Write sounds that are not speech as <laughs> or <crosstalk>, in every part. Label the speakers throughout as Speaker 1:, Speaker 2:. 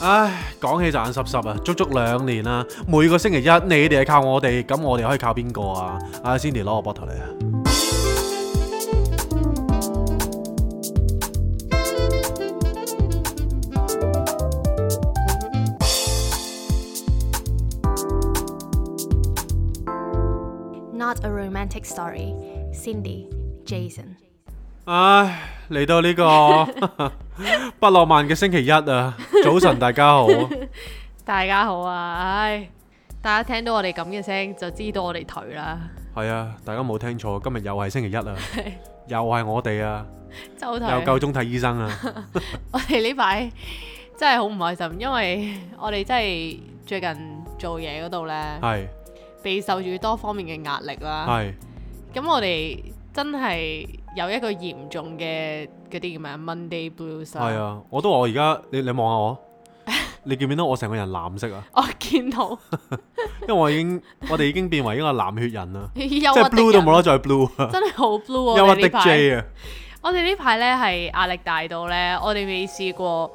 Speaker 1: 唉，講起就眼濕濕啊，足足兩年啦。每個星期一你哋係靠我哋，咁我哋可以靠邊個啊？阿 Cindy 攞個 <laughs> bottle 嚟啊！
Speaker 2: Not a romantic story. Cindy, Jason。
Speaker 1: 唉，嚟到呢個不浪漫嘅星期一啊！早晨，大家好。 <laughs>
Speaker 3: 大家好啊！唉，大家聽到我哋咁嘅聲，就知道我哋頹啦，
Speaker 1: 係啊，大家冇聽錯，今日又係星期一啊，又係我哋啊，
Speaker 3: 周
Speaker 1: 又
Speaker 3: 頹。
Speaker 1: 夠鐘睇醫 <laughs> 生啊。
Speaker 3: 我哋呢排真係好唔開心，因為 <laughs> 我哋真係最近做嘢嗰度呢，
Speaker 1: 係
Speaker 3: 備受住多方面嘅壓力啦。
Speaker 1: 係
Speaker 3: 咁我哋真係有一個嚴重嘅嗰啲叫咩啊 Monday Blues
Speaker 1: 係
Speaker 3: 啦。
Speaker 1: 啊！我都話我而家你你望下我，你見唔見到我成個人藍色啊？ <laughs>
Speaker 3: 我見到
Speaker 1: 因為我已經我哋已經變為一個藍血人啦，
Speaker 3: 憂
Speaker 1: 即
Speaker 3: 鬱
Speaker 1: 係 blue 都冇得
Speaker 3: 得
Speaker 1: 再 blue <laughs> 啊！
Speaker 3: 人，真係好 blue 啊！
Speaker 1: 憂
Speaker 3: 我
Speaker 1: 鬱
Speaker 3: 哋呢
Speaker 1: 的
Speaker 3: 排。
Speaker 1: J 啊，
Speaker 3: 我哋呢排呢係壓力大到呢，我哋未試過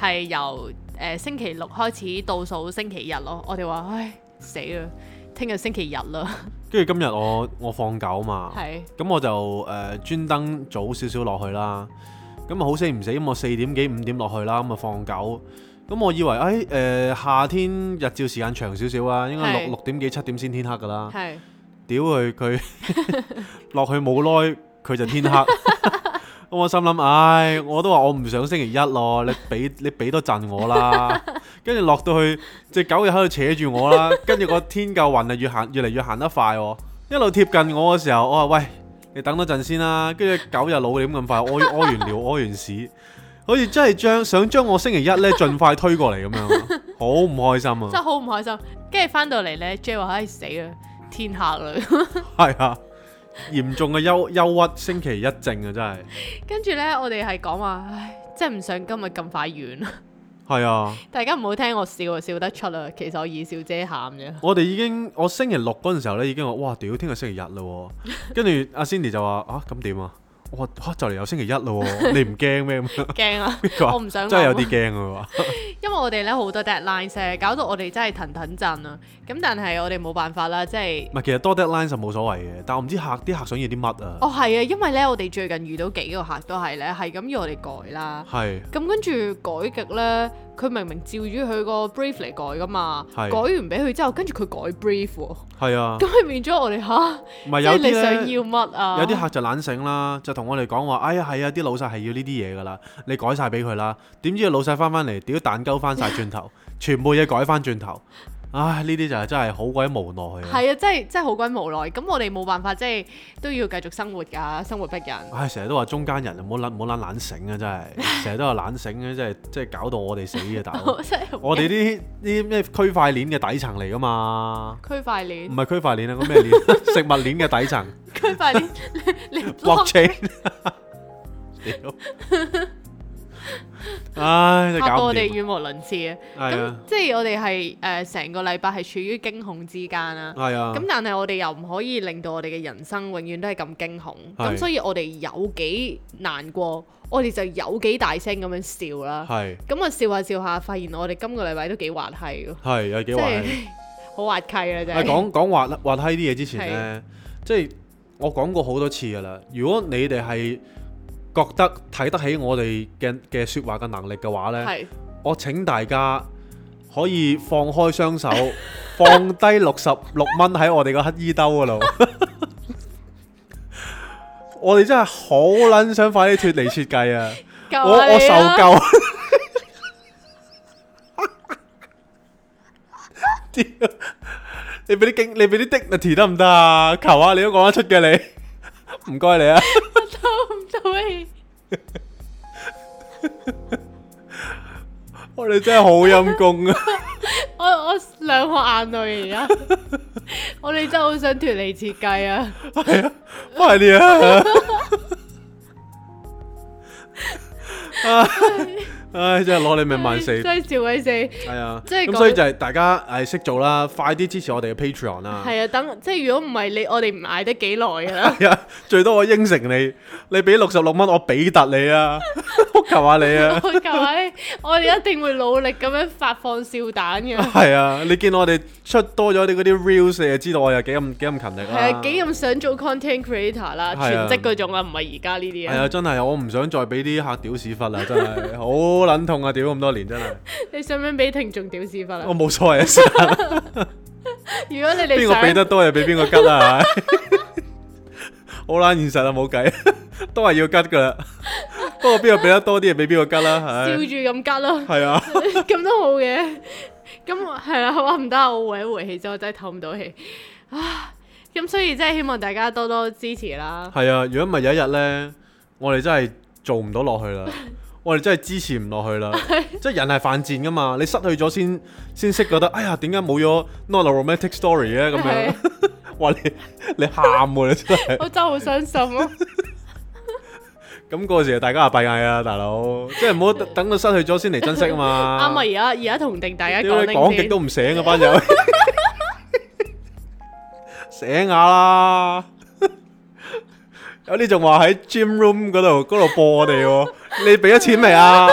Speaker 3: 係由誒、呃星期六開始倒數星期日咯。我哋話唉死啦，聽日星期日啦，
Speaker 1: 跟住今日我我放狗嘛，
Speaker 3: 係
Speaker 1: 咁我就誒、呃、專登早少少落去啦。咁啊好死唔死咁，我四點幾五點落去啦，咁啊放狗。咁我以為誒誒、呃夏天日照時間長少少啊，應該
Speaker 3: 係
Speaker 1: 六六點幾七點先天黑㗎啦。
Speaker 3: 係
Speaker 1: 屌佢佢 <laughs> 落去冇耐，佢就天黑。咁我心諗，唉，我都話我唔想星期一咯，你俾你俾多陣我啦。跟住落到去只狗又喺度扯住我啦，跟住個天夠雲啊，越行越嚟越行得快喎。一路貼近我嘅時候，我話喂，你等多陣先啦。跟住狗又老點咁快，屙屙完尿， <laughs> 屙完屎，好似真係將想將我星期一呢盡快推過嚟咁樣，好唔開心啊！
Speaker 3: 真係好唔開心。跟住翻到嚟呢 J 話唉死啊啦，天黑 <laughs> 啦。
Speaker 1: 係啊，嚴重嘅憂憂鬱星期一症啊，真係
Speaker 3: 跟住呢，我哋係講話唉，真係唔想今日咁快完 <laughs> 啊。
Speaker 1: 係啊！
Speaker 3: 大家唔好聽我笑啊，笑得出啊。其實我以笑遮喊啫。
Speaker 1: 我哋已經我星期六嗰陣時候咧，已經話哇屌，聽日星期日嘞，跟住阿 Cindy 就話啊咁點啊？我話嚇就嚟有星期一嘞，你唔驚咩
Speaker 3: <laughs>
Speaker 1: 咁樣？
Speaker 3: <laughs> 驚啊！
Speaker 1: 跟住話
Speaker 3: 我唔想
Speaker 1: 真係有
Speaker 3: 諗
Speaker 1: 啲驚啊佢話
Speaker 3: 因為我哋咧好多 deadline 成日搞到我哋真係騰騰震啊！咁但係我哋冇辦法啦，即係
Speaker 1: 唔係，其實多 deadline 就冇所謂嘅，但我唔知客啲客想要啲乜啊？
Speaker 3: 哦係啊，因為咧我哋最近遇到幾個客都係咧係咁要我哋改啦，
Speaker 1: 係
Speaker 3: 咁跟住改極咧，佢明明照住佢個 brief 嚟改噶嘛，
Speaker 1: 係
Speaker 3: 改完俾佢之後，跟住佢改 brief 喎，
Speaker 1: 係啊，
Speaker 3: 咁佢變咗我哋吓，
Speaker 1: 唔係
Speaker 3: 即
Speaker 1: 有
Speaker 3: 係
Speaker 1: 啲
Speaker 3: 你想
Speaker 1: 呢
Speaker 3: 要乜啊？
Speaker 1: 有啲客就懶醒啦，就同我哋講話，哎呀係啊，啲老細係要呢啲嘢噶啦，你改晒俾佢啦。點知個老細翻返嚟，屌蛋鳩翻晒轉
Speaker 3: <laughs>
Speaker 1: 頭，全部嘢改翻轉頭。唉，呢啲就係真係好鬼無奈啊！
Speaker 3: 係啊，真係真係好鬼無奈，咁我哋冇辦法，即係都要繼續生活㗎，生活逼人。
Speaker 1: 唉，成日都話中間人唔好懶唔好懶懶醒啊，真
Speaker 3: <laughs>
Speaker 1: 係成日都話懶醒啊，真係真係搞到我哋死嘅大佬。
Speaker 3: 真係
Speaker 1: 哦我哋呢啲呢啲咩區塊鏈嘅底層嚟噶嘛？
Speaker 3: 區塊
Speaker 1: 唔
Speaker 3: 鏈，
Speaker 1: 係區塊鏈啊，個咩
Speaker 3: <laughs>
Speaker 1: 鏈？食物鏈嘅底層
Speaker 3: 區
Speaker 1: <laughs>
Speaker 3: 塊鏈，你你 <laughs>
Speaker 1: blockchain。屌！唉，真係
Speaker 3: 嚇到
Speaker 1: 搞唔
Speaker 3: 我哋
Speaker 1: 掂。啊
Speaker 3: 語無倫次啊！
Speaker 1: 係啊
Speaker 3: 咁。即係我哋係誒成個禮拜係處於驚恐之間啦。
Speaker 1: 係啊，
Speaker 3: 咁但係我哋又唔可以令到我哋嘅人生永遠都係咁驚恐，
Speaker 1: 係
Speaker 3: 咁所以我哋有幾難過，我哋就有幾大聲咁樣笑啦。
Speaker 1: 係
Speaker 3: 咁啊笑下笑下，發現我哋今個禮拜都幾滑稽喎，
Speaker 1: 係有幾
Speaker 3: 即
Speaker 1: 滑
Speaker 3: 係 <laughs>
Speaker 1: 稽。
Speaker 3: 好滑稽啦，真
Speaker 1: 係
Speaker 3: 係。
Speaker 1: 講講滑滑稽啲嘢之前呢，即係我講過好多次㗎啦。如果你哋係覺得睇得起我哋嘅嘅説話嘅能力嘅話呢，
Speaker 3: 係
Speaker 1: 我請大家可以放開雙手， <laughs> 放低六十六蚊喺我哋個乞衣兜嗰度。 <laughs> 我哋真係好撚想快啲脱離設計啊！
Speaker 3: 救啊
Speaker 1: 我
Speaker 3: 下
Speaker 1: 我
Speaker 3: 你
Speaker 1: 受
Speaker 3: 啦
Speaker 1: 夠。 <laughs> 屌你俾啲經，你俾啲 dignity 得唔得啊？求下你都講得出嘅你，唔該你啊！
Speaker 3: <laughs> 到唔到氣？
Speaker 1: 我哋真係好陰功啊！
Speaker 3: 我我兩個眼淚
Speaker 1: <laughs>
Speaker 3: 而家，我哋真係好想脱離設計啊！
Speaker 1: 係啊，快啲
Speaker 3: <laughs>
Speaker 1: 啊！啊唉，真係攞你命萬四，
Speaker 3: 真係笑鬼死。
Speaker 1: 係啊，
Speaker 3: 即係
Speaker 1: 咁
Speaker 3: 講
Speaker 1: 所以就係大家誒識做啦，快啲支持我哋嘅 Patreon 啦，
Speaker 3: 係啊，等即係如果唔係你，我哋唔捱得幾耐㗎啦。
Speaker 1: 係啊， <laughs> 最多我應承你，你俾六十六蚊，我俾突你啊， <laughs> 我求下你啊，
Speaker 3: 我求下你，我哋一定會努力咁樣發放笑彈嘅。
Speaker 1: 係啊，你見我哋出多咗啲嗰啲 reels，你就知道我又幾咁幾咁勤力
Speaker 3: 係啊，
Speaker 1: 啦，
Speaker 3: 幾咁想做 content creator 啦，全
Speaker 1: 係啊
Speaker 3: 職嗰種啊，唔係而家呢啲
Speaker 1: 係
Speaker 3: 啊。
Speaker 1: 啊，真係我唔想再俾啲客屌屎忽啦，真係好撚痛啊！屌咁多年真係，
Speaker 3: 你想唔想俾聽眾屌屎忽啊？
Speaker 1: 我冇所謂啊，
Speaker 3: 如果你哋
Speaker 1: 邊個俾得
Speaker 3: 想，
Speaker 1: 多就俾邊個吉啦，係咪 <laughs> 好撚現實啦，冇計， <laughs> 都係要吉噶啦。不過邊個俾得多啲就俾邊個吉啦，
Speaker 3: 笑住
Speaker 1: 係
Speaker 3: 咁
Speaker 1: <laughs>
Speaker 3: 吉咯，
Speaker 1: 係啊，
Speaker 3: 咁都好嘅。咁係啦，哇唔得啊，我一回氣啫，我真係透唔到 <sighs> 氣啊！咁所以真係希望大家多多支持啦。
Speaker 1: 係啊。如果唔係有一日呢，我哋真係做唔到落去啦，我哋真係支持唔落去
Speaker 3: <laughs>
Speaker 1: 啦。即係人係犯賤噶嘛，你失去咗先先識覺得，哎呀，點解冇咗 Not a Romantic Story 咧？咁樣
Speaker 3: 係，
Speaker 1: 哇！你你喊喎，你
Speaker 3: <laughs>
Speaker 1: 真係。
Speaker 3: 我真係好傷心咯。
Speaker 1: 咁嗰時大家係閉翳啊，大佬，即係唔好等到失去咗先嚟珍惜啊
Speaker 3: 啱
Speaker 1: 嘛。
Speaker 3: 啊，而家而家同定大家
Speaker 1: 屌
Speaker 3: 講
Speaker 1: 你講極
Speaker 3: 定
Speaker 1: 都
Speaker 3: 先。
Speaker 1: 唔醒啊班 <laughs> 友，醒下啦！有啲仲話喺 gym room 嗰度嗰度播我哋喎，你俾咗錢未啊？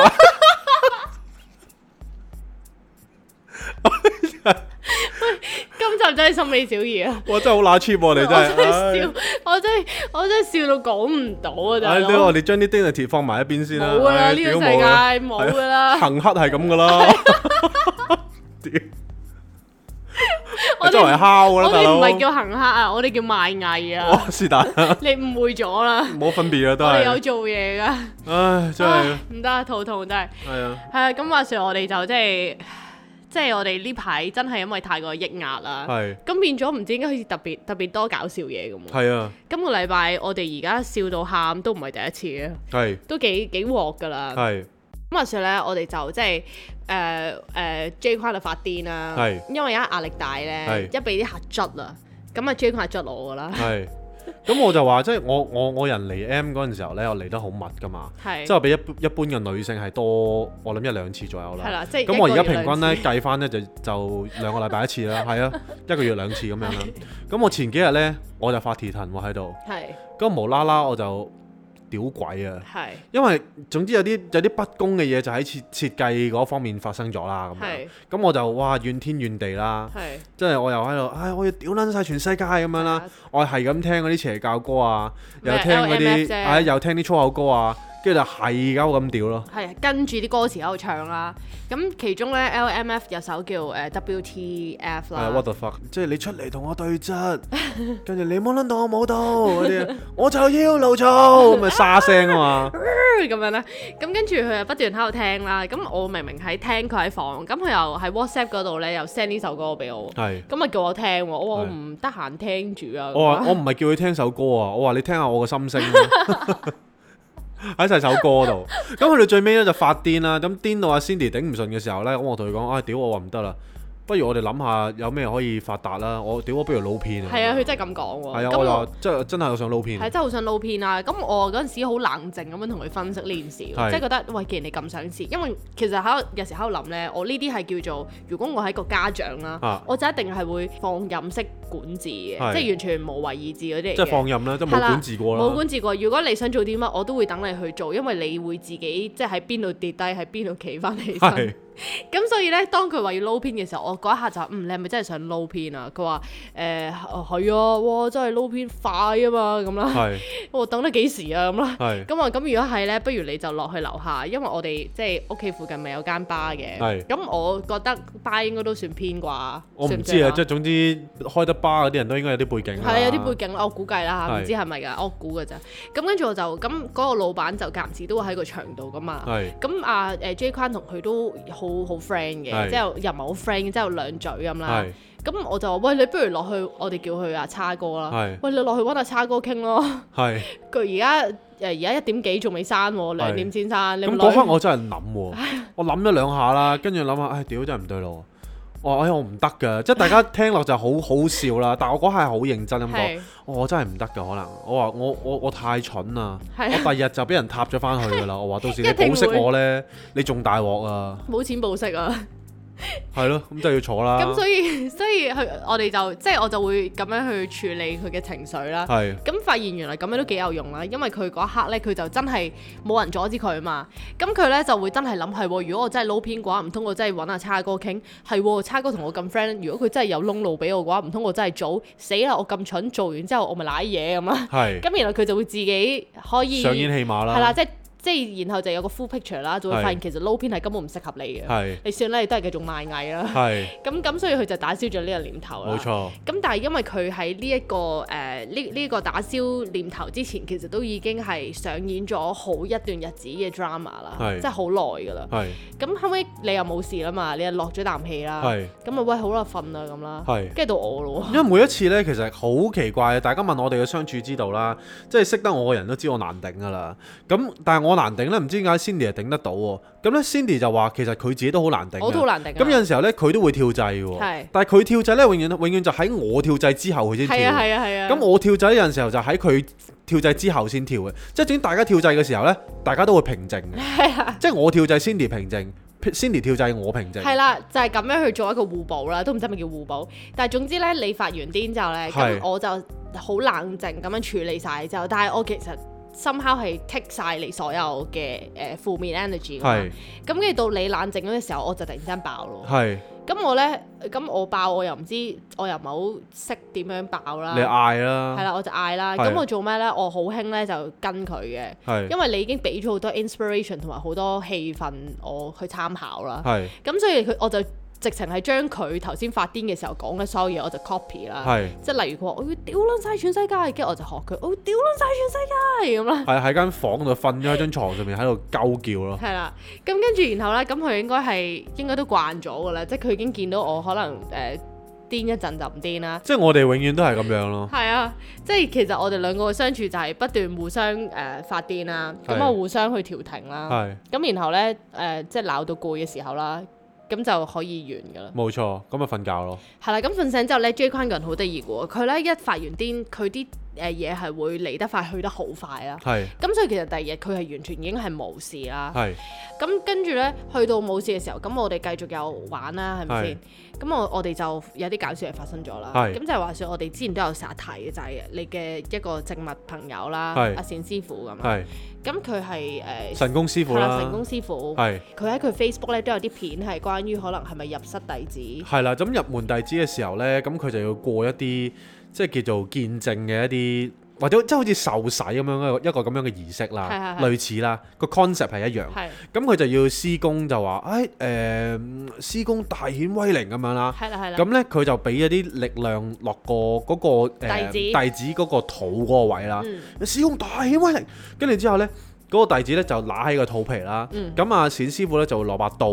Speaker 3: 今集真係心理小儀啊！
Speaker 1: 我真係好乸 cheap 喎，你
Speaker 3: 我
Speaker 1: 真係
Speaker 3: 真係。笑，我真係我真係笑到講唔到啊！
Speaker 1: 唉
Speaker 3: 大
Speaker 1: 唉，你我
Speaker 3: 佬，
Speaker 1: 哋將啲 dignity 放埋一邊先啦。
Speaker 3: 冇噶啦，
Speaker 1: 唉
Speaker 3: 呢個
Speaker 1: 啊哎屌
Speaker 3: 世
Speaker 1: 冇啦
Speaker 3: 界冇噶啦。
Speaker 1: 行乞係咁啊噶啦。 <laughs> 屌，
Speaker 3: 我哋
Speaker 1: 周圍敲㗎啦，
Speaker 3: 我
Speaker 1: 大
Speaker 3: 哋唔
Speaker 1: 佬。
Speaker 3: 係叫行黑啊，我哋叫賣藝啊！
Speaker 1: 哦，是但啦，
Speaker 3: 你誤會咗啦，
Speaker 1: 冇分別啊，都
Speaker 3: 我哋有
Speaker 1: 係。
Speaker 3: 做嘢噶，
Speaker 1: 唉，真係
Speaker 3: 唉唔得啊，肚痛真係。
Speaker 1: 係啊，
Speaker 3: 係啊，咁話說我哋就即係即係我哋呢排真係因為太過抑壓啦，
Speaker 1: 係
Speaker 3: 咁變咗唔知點解好似特別特別多搞笑嘢咁喎。
Speaker 1: 係啊，
Speaker 3: 今個禮拜我哋而家笑到喊都唔係第一次嘅，啊
Speaker 1: 係
Speaker 3: 都幾幾鑊㗎啦。
Speaker 1: 係
Speaker 3: 咁話說咧，我哋就即係誒誒 J 框就發癲啦，
Speaker 1: 係
Speaker 3: 因為而家壓力大咧，
Speaker 1: 係
Speaker 3: 一俾啲客捽啦，咁啊 J 框係捽我㗎啦，
Speaker 1: 係。咁我就話即係我我我人嚟 M 嗰陣時候咧，我嚟得好密噶嘛，
Speaker 3: 係
Speaker 1: 即係我比一般一般嘅女性係多我諗一兩次左右
Speaker 3: 係
Speaker 1: 啦。
Speaker 3: 啦，即係
Speaker 1: 咁我而家
Speaker 3: 一個月
Speaker 1: 平均咧
Speaker 3: 兩次
Speaker 1: 計翻咧就就兩個禮拜一次
Speaker 3: <laughs>
Speaker 1: 啦，係啊，一個月兩次咁樣啦。咁我前幾日咧我就發蹄騰喎喺度，
Speaker 3: 係
Speaker 1: 咁無啦啦我就屌鬼啊！
Speaker 3: 係
Speaker 1: 因為總之有啲有啲不公嘅嘢就喺設設計嗰方面發生咗啦，咁樣
Speaker 3: 係
Speaker 1: 咁我就哇怨天怨地啦，
Speaker 3: 係
Speaker 1: 即係我又喺度，唉，我要屌撚晒全世界咁樣啦
Speaker 3: 係啊，
Speaker 1: 我係咁聽嗰啲邪教歌啊，又
Speaker 3: 咩
Speaker 1: 聽嗰啲，
Speaker 3: LMF 啫
Speaker 1: 唉，又聽啲粗口歌啊，跟住就係鳩咁屌咯，
Speaker 3: 係跟住啲歌詞喺度唱啦。咁其中咧 LMF 有首叫誒 WTF
Speaker 1: 係啊，what
Speaker 3: 啦，
Speaker 1: the fuck，即係你出嚟同我對質，跟住你冇撚到我冇到嗰啲，啊我就要怒躁咁咪沙聲啊嘛，
Speaker 3: 咁樣咧。咁跟住佢又不斷喺度聽啦。咁我明明喺聽，佢喺房，咁佢又喺 WhatsApp 嗰度咧又 send 呢首歌俾我。
Speaker 1: 係。
Speaker 3: 咁咪叫我聽喎，我話我
Speaker 1: 係
Speaker 3: 唔得閒聽住啊。
Speaker 1: 我話我唔係叫佢聽首歌啊，我話你聽下我個心聲啊 <laughs> 喺晒首歌度。咁佢哋最尾咧就發癲啦，咁癲到阿 Cindy 頂唔順嘅時候咧，咁我同佢講：啊，屌我話唔得啦，不如我哋諗下有咩可以發達啦。我屌我不如撈片啊。
Speaker 3: 係啊，佢真係咁講喎。
Speaker 1: 係啊，
Speaker 3: 咁
Speaker 1: 我
Speaker 3: 我
Speaker 1: 就真係真係我想撈片。
Speaker 3: 係真係好想撈片啦。咁我嗰陣時好冷靜咁樣同佢分析呢件事，即
Speaker 1: 係
Speaker 3: 係覺得喂，既然你咁想試，因為其實喺度有時喺度諗呢，我呢啲係叫做如果我係一個家長啦，
Speaker 1: 啊
Speaker 3: 我就一定係會放任式管治嘅，
Speaker 1: 係
Speaker 3: 即係完全無為而治嗰啲嚟嘅。
Speaker 1: 即係放任啦，即係冇
Speaker 3: 係啦
Speaker 1: 管治過
Speaker 3: 冇
Speaker 1: 啦。
Speaker 3: 管治過。如果你想做啲乜，我都會等你去做，因為你會自己即係喺邊度跌低，喺邊度企翻起身
Speaker 1: 係。
Speaker 3: 咁所以咧，當佢話要撈片嘅時候，我嗰一下就嗯，你係咪真係想撈片啊？佢話誒係啊，哇，真係撈片快啊嘛咁啦，
Speaker 1: 係
Speaker 3: <laughs> 我等得幾時啊咁啦。
Speaker 1: 係
Speaker 3: 咁我咁如果係咧，不如你就落去樓下，因為我哋即係屋企附近咪有間巴嘅。
Speaker 1: 係
Speaker 3: 咁我覺得巴應該都算偏啩。
Speaker 1: 我
Speaker 3: 算
Speaker 1: 唔
Speaker 3: 算
Speaker 1: 知啊，即係總之開得巴嗰啲人都應該有啲背景啊啦。
Speaker 3: 係啊有啲背景啦，我估計啦嚇，
Speaker 1: 係
Speaker 3: 唔知係咪㗎，我估㗎咋。咁跟住我就咁嗰、個老闆就間唔時都會喺個場度㗎嘛。
Speaker 1: 係
Speaker 3: 咁啊誒 J 框同佢都好好 friend
Speaker 1: 係
Speaker 3: 嘅，即係又唔係好 friend，即係有兩嘴咁啦
Speaker 1: 係。
Speaker 3: 咁我就話：喂，你不如落去，我哋叫佢阿叉哥啦
Speaker 1: 係。
Speaker 3: 喂，你落去揾阿叉哥傾咯。 <laughs>
Speaker 1: 係。
Speaker 3: 佢而家誒而家一點幾仲未閂喎，兩點先閂。你咪
Speaker 1: 咁
Speaker 3: 落
Speaker 1: 嗰
Speaker 3: 去
Speaker 1: 刻我真係諗喎，我諗咗兩下啦，跟住諗下，唉，屌真係唔對路。我哎我唔得㗎，即係大
Speaker 3: <laughs>
Speaker 1: 家聽落就好好笑啦。但我嗰下係好認真咁講，
Speaker 3: 係
Speaker 1: 哦我真係唔得㗎，可能我話我我我太蠢啦，
Speaker 3: 係啊
Speaker 1: 我第日就俾人踏咗翻去㗎啦。我
Speaker 3: <laughs>
Speaker 1: 話到時你
Speaker 3: 一定
Speaker 1: 保釋
Speaker 3: 會
Speaker 1: 我呢，你仲大鑊啊，
Speaker 3: 冇錢報息啊！
Speaker 1: 係咯，咁就要坐啦。
Speaker 3: 咁所以所以佢我哋就即係我就會咁樣去處理佢嘅情緒啦。
Speaker 1: 係
Speaker 3: 咁發現原來咁樣都幾有用啦，因為佢嗰一刻呢，佢就真係冇人阻止佢嘛。咁佢呢就會真係諗係喎，如果我真係撈偏嘅話，唔通我真係揾阿叉哥傾？係喎，叉哥同我咁 friend，如果佢真係有窿路俾我嘅話，唔通我真係早死啦！我咁蠢，做完之後我咪賴嘢咁啦。
Speaker 1: 係
Speaker 3: 咁然後佢就會自己可以
Speaker 1: 嗯上演
Speaker 3: 係
Speaker 1: 戲碼
Speaker 3: 啦，
Speaker 1: 啦，
Speaker 3: 即係即係然後就有個 full picture 啦，就會
Speaker 1: 係
Speaker 3: 發現其實撈偏係根本唔適合你嘅。
Speaker 1: 係
Speaker 3: 你算啦，你都係繼續賣藝啦。
Speaker 1: 係
Speaker 3: 咁咁所以佢就打消咗呢個念頭啦。
Speaker 1: 冇錯，
Speaker 3: 咁但係因為佢喺呢一個誒呢呢個打消念頭之前，其實都已經係上演咗好一段日子嘅 drama 啦，
Speaker 1: 係
Speaker 3: 即係好耐㗎啦。
Speaker 1: 係
Speaker 3: 咁後尾你又冇事啦嘛，你又落咗啖氣啦，
Speaker 1: 係
Speaker 3: 咁啊喂好啦瞓啦咁啦，
Speaker 1: 係。
Speaker 3: 跟住到我咯
Speaker 1: 因為每一次呢，其實好奇怪嘅。大家問我哋嘅相處之道啦，即係識得我嘅人都知我難頂噶啦。咁但係我難頂呢，唔知點解 Cindy 係頂得到喎。咁呢 Cindy 就話其實佢自己都好難頂
Speaker 3: 喎，
Speaker 1: 嘅。
Speaker 3: 我都好難頂啊。
Speaker 1: 咁有陣時候呢，佢都會跳掣
Speaker 3: 係
Speaker 1: 喎。但係佢跳掣呢，永遠永遠就喺我跳掣之後佢先跳。
Speaker 3: 係啊係啊係啊，
Speaker 1: 咁我跳掣有陣時候就喺佢跳掣之後先跳嘅，即係整大家跳掣嘅時候呢，大家都會平靜嘅。即係我跳掣，Cindy 平靜，Cindy 跳掣，我平靜。
Speaker 3: 啊係啦，就係咁樣去做一個互補啦，都唔知係咪叫互補。但係總之咧，你發完癲之後咧，
Speaker 1: 係
Speaker 3: 咁我就好冷靜咁樣處理晒之後，但係我其實深烤係剔晒你所有嘅誒、呃、負面 energy 㗎嘛
Speaker 1: 係
Speaker 3: 咁跟住到你冷靜嗰陣時候，我就突然間爆咯。
Speaker 1: 係，
Speaker 3: 咁我咧，咁我爆我又唔知，我又唔係好識點樣爆啦。
Speaker 1: 你嗌
Speaker 3: 係
Speaker 1: 啦，
Speaker 3: 啦，我就嗌啦。
Speaker 1: 係
Speaker 3: 咁我做咩咧？我好興咧就跟佢嘅，
Speaker 1: 係
Speaker 3: 因為你已經俾咗好多 inspiration 同埋好多氣氛我去參考啦。
Speaker 1: 係
Speaker 3: 咁所以佢我就直情係將佢頭先發癲嘅時候講嘅所有嘢，我就 copy 啦。
Speaker 1: 係。
Speaker 3: 即係例如佢話我要屌撚晒全世界，跟住我就學佢，我要屌撚晒全世界咁啦。 <laughs>
Speaker 1: 係喺間房度瞓咗喺張床上面喺度鳩叫咯，
Speaker 3: 係啦，咁跟住然後咧，咁佢應該係應該都慣咗噶啦，即係佢已經見到我可能誒癲、一陣就唔癲啦。
Speaker 1: 即係我哋永遠都係咁樣咯，
Speaker 3: 係啊，即係其實我哋兩個嘅相處就係不斷互相誒、呃、發癲啦，咁
Speaker 1: 係
Speaker 3: 啊互相去調停啦，
Speaker 1: 係
Speaker 3: 咁然後咧誒、呃即係鬧到攰嘅時候啦，咁就可以完噶啦。
Speaker 1: 冇錯，咁咪瞓覺咯，
Speaker 3: 係啦，咁瞓醒之後咧，J 坤個人好得意嘅喎，佢咧一發完癲，佢啲誒嘢係會嚟得快去得好快啦。
Speaker 1: 係
Speaker 3: 咁所以其實第二日佢係完全已經係冇事啦。
Speaker 1: 係
Speaker 3: 咁跟住咧，去到冇事嘅時候，咁我哋繼續有玩啦，係咪先？咁我我哋就有啲搞笑嘢發生咗啦。
Speaker 1: 係
Speaker 3: 咁就係話說，我哋之前都有成日提嘅，就係你嘅一個植物朋友啦，
Speaker 1: 係
Speaker 3: 阿善師傅咁啊。
Speaker 1: 係
Speaker 3: 咁佢係誒
Speaker 1: 神功師傅
Speaker 3: 係啦，
Speaker 1: 啦，
Speaker 3: 成功師傅。
Speaker 1: 係
Speaker 3: 佢喺佢 Facebook 咧都有啲片係關於可能係咪入室弟子。
Speaker 1: 係啦，咁入門弟子嘅時候呢，咁佢就要過一啲即係叫做見證嘅一啲。或者即係好似受洗咁樣一個一個咁樣嘅儀式啦，
Speaker 3: 係係係
Speaker 1: 類似啦，個 concept 係一樣。
Speaker 3: 係
Speaker 1: 咁佢就要師公就話：，誒、哎、誒、嗯師公大顯威靈咁樣啦。
Speaker 3: 係啦係啦。
Speaker 1: 咁咧佢就俾一啲力量落個嗰、個、
Speaker 3: 弟子
Speaker 1: 弟子嗰個肚嗰個位啦。
Speaker 3: 嗯
Speaker 1: 師公大顯威力，跟住之後咧，嗰、個弟子咧就揦起個肚皮啦。
Speaker 3: 嗯
Speaker 1: 咁啊、冼師傅咧就攞把刀，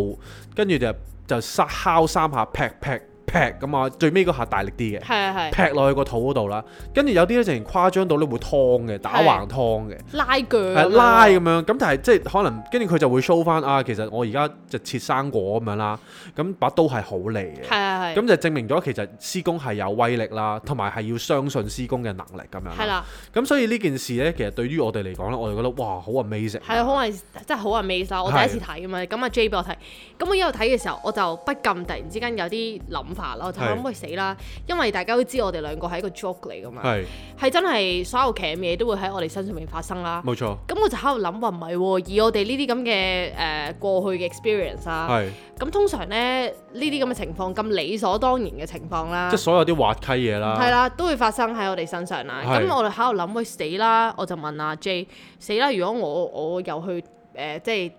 Speaker 1: 跟住就就敲敲三下，劈劈劈咁啊，最尾嗰下大力啲嘅。
Speaker 3: 係係係
Speaker 1: 劈落去個肚嗰度啦，跟住有啲咧直情誇張到咧會劏嘅，打橫劏嘅，
Speaker 3: 拉
Speaker 1: 係
Speaker 3: 鋸咁樣。
Speaker 1: 拉咁樣。咁但係即係可能跟住佢就會 show 翻啊，其實我而家就切生果咁樣啦，咁把刀係好利嘅。
Speaker 3: 係係係。
Speaker 1: 咁就證明咗其實施工係有威力啦，同埋係要相信施工嘅能力咁樣。
Speaker 3: 係。啦，
Speaker 1: 咁所以呢件事呢，其實對於我哋嚟講呢，我哋覺得哇，好 amazing。
Speaker 3: 係啊，好係真係好 amaze 啦！我第
Speaker 1: 係
Speaker 3: 一次睇啊嘛，咁阿 J 俾我睇，咁我一路睇嘅時候，我就不禁突然之間有啲諗法啦，我就諗
Speaker 1: 係
Speaker 3: 喂死啦，因為大家都知我哋兩個係一個 joke 嚟噶嘛，
Speaker 1: 係，嗯
Speaker 3: 係真係所有劇嘢都會喺我哋身上面發生啦。
Speaker 1: 冇錯，
Speaker 3: 咁我就喺度諗話唔係喎，以我哋呢啲咁嘅誒過去嘅 experience 啦，
Speaker 1: 係，
Speaker 3: 咁通常咧呢啲咁嘅情況咁理所當然嘅情況啦
Speaker 1: 即係。所有啲滑稽嘢啦。
Speaker 3: 啊係啦，都會發生喺我哋身上啦。
Speaker 1: 啊係
Speaker 3: 咁我哋喺度諗，喂死啦！我就問阿 J 死啦！如果我我又去誒、呃即係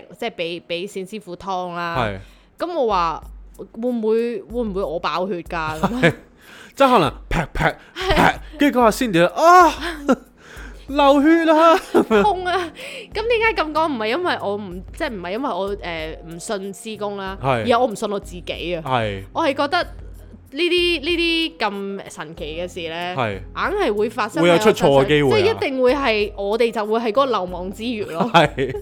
Speaker 3: 劈，即係俾俾冼師傅劏啦。
Speaker 1: 係，
Speaker 3: 咁我話會唔會會唔會我爆血㗎？
Speaker 1: <laughs>
Speaker 3: 咁
Speaker 1: 即係可能劈劈
Speaker 3: <laughs>
Speaker 1: 劈，跟住嗰下 Cindy 啊 <laughs> 流血啦，
Speaker 3: 痛啊！咁點解咁講？唔係因為我唔即係唔係因為我誒唔、信師公啦，
Speaker 1: 係
Speaker 3: 而係我唔信我自己啊！
Speaker 1: 係
Speaker 3: 我係覺得呢啲呢啲咁神奇嘅事咧。
Speaker 1: 係
Speaker 3: 硬係會發生，
Speaker 1: 會有出錯嘅機會啊
Speaker 3: 即係一定會係我哋就會係嗰個漏網之魚咯。
Speaker 1: 係，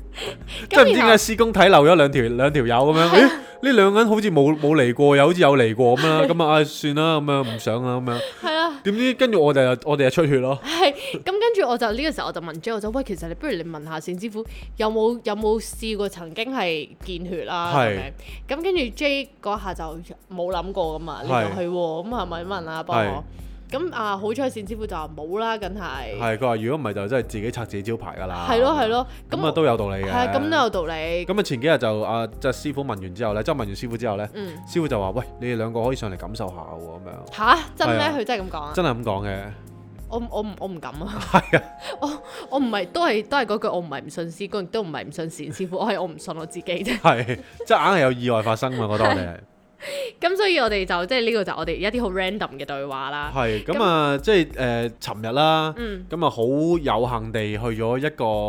Speaker 1: 即係唔知點解施工睇漏咗兩條兩條友咁樣，咦呢兩個人好似冇冇嚟過，又好似有嚟過咁啦。咁啊，唉，算啦，咁樣唔想啦，咁樣。
Speaker 3: 係啊。
Speaker 1: 點知跟住我哋就我哋就出血咯。
Speaker 3: 係，咁跟住我就呢、個時候我就問 J，我就喂，其實你不如你問下冼師傅有冇有冇試過曾經係見血啦咁
Speaker 1: 係
Speaker 3: 樣。咁跟住 J 嗰下就冇諗過噶嘛，你就
Speaker 1: 係
Speaker 3: 係喎，咁係咪問啊幫我？咁啊好彩冼師傅就話冇啦，梗係。
Speaker 1: 係佢啊話：如果唔係就真係自己拆自己招牌㗎啦。
Speaker 3: 係咯係。咯，
Speaker 1: 咁啊
Speaker 3: 咁
Speaker 1: 都有道理嘅。
Speaker 3: 係啊咁都有道理。
Speaker 1: 咁啊，前幾日就啊，即係師傅問完之後咧，即係問完師傅之後咧，
Speaker 3: 嗯
Speaker 1: 師傅就話：喂，你哋兩個可以上嚟感受下喎，咁樣
Speaker 3: 吓？真
Speaker 1: 係
Speaker 3: 咩？
Speaker 1: 啊
Speaker 3: 佢真係咁講啊？
Speaker 1: 真係咁講嘅。
Speaker 3: 我唔我唔我唔敢啊！ <laughs> 我我唔係都係都係嗰句，我唔係唔信師公，亦都唔係唔信善師傅，我係我唔信我自己啫。
Speaker 1: 係，即係硬係有意外發生嘛，覺得我哋
Speaker 3: <laughs>
Speaker 1: 係。
Speaker 3: 咁所以我哋就即係呢個就我哋一啲好 random 嘅對話啦。
Speaker 1: 係咁啊，即係誒，尋日啦，
Speaker 3: 嗯
Speaker 1: 咁啊，好有幸地去咗一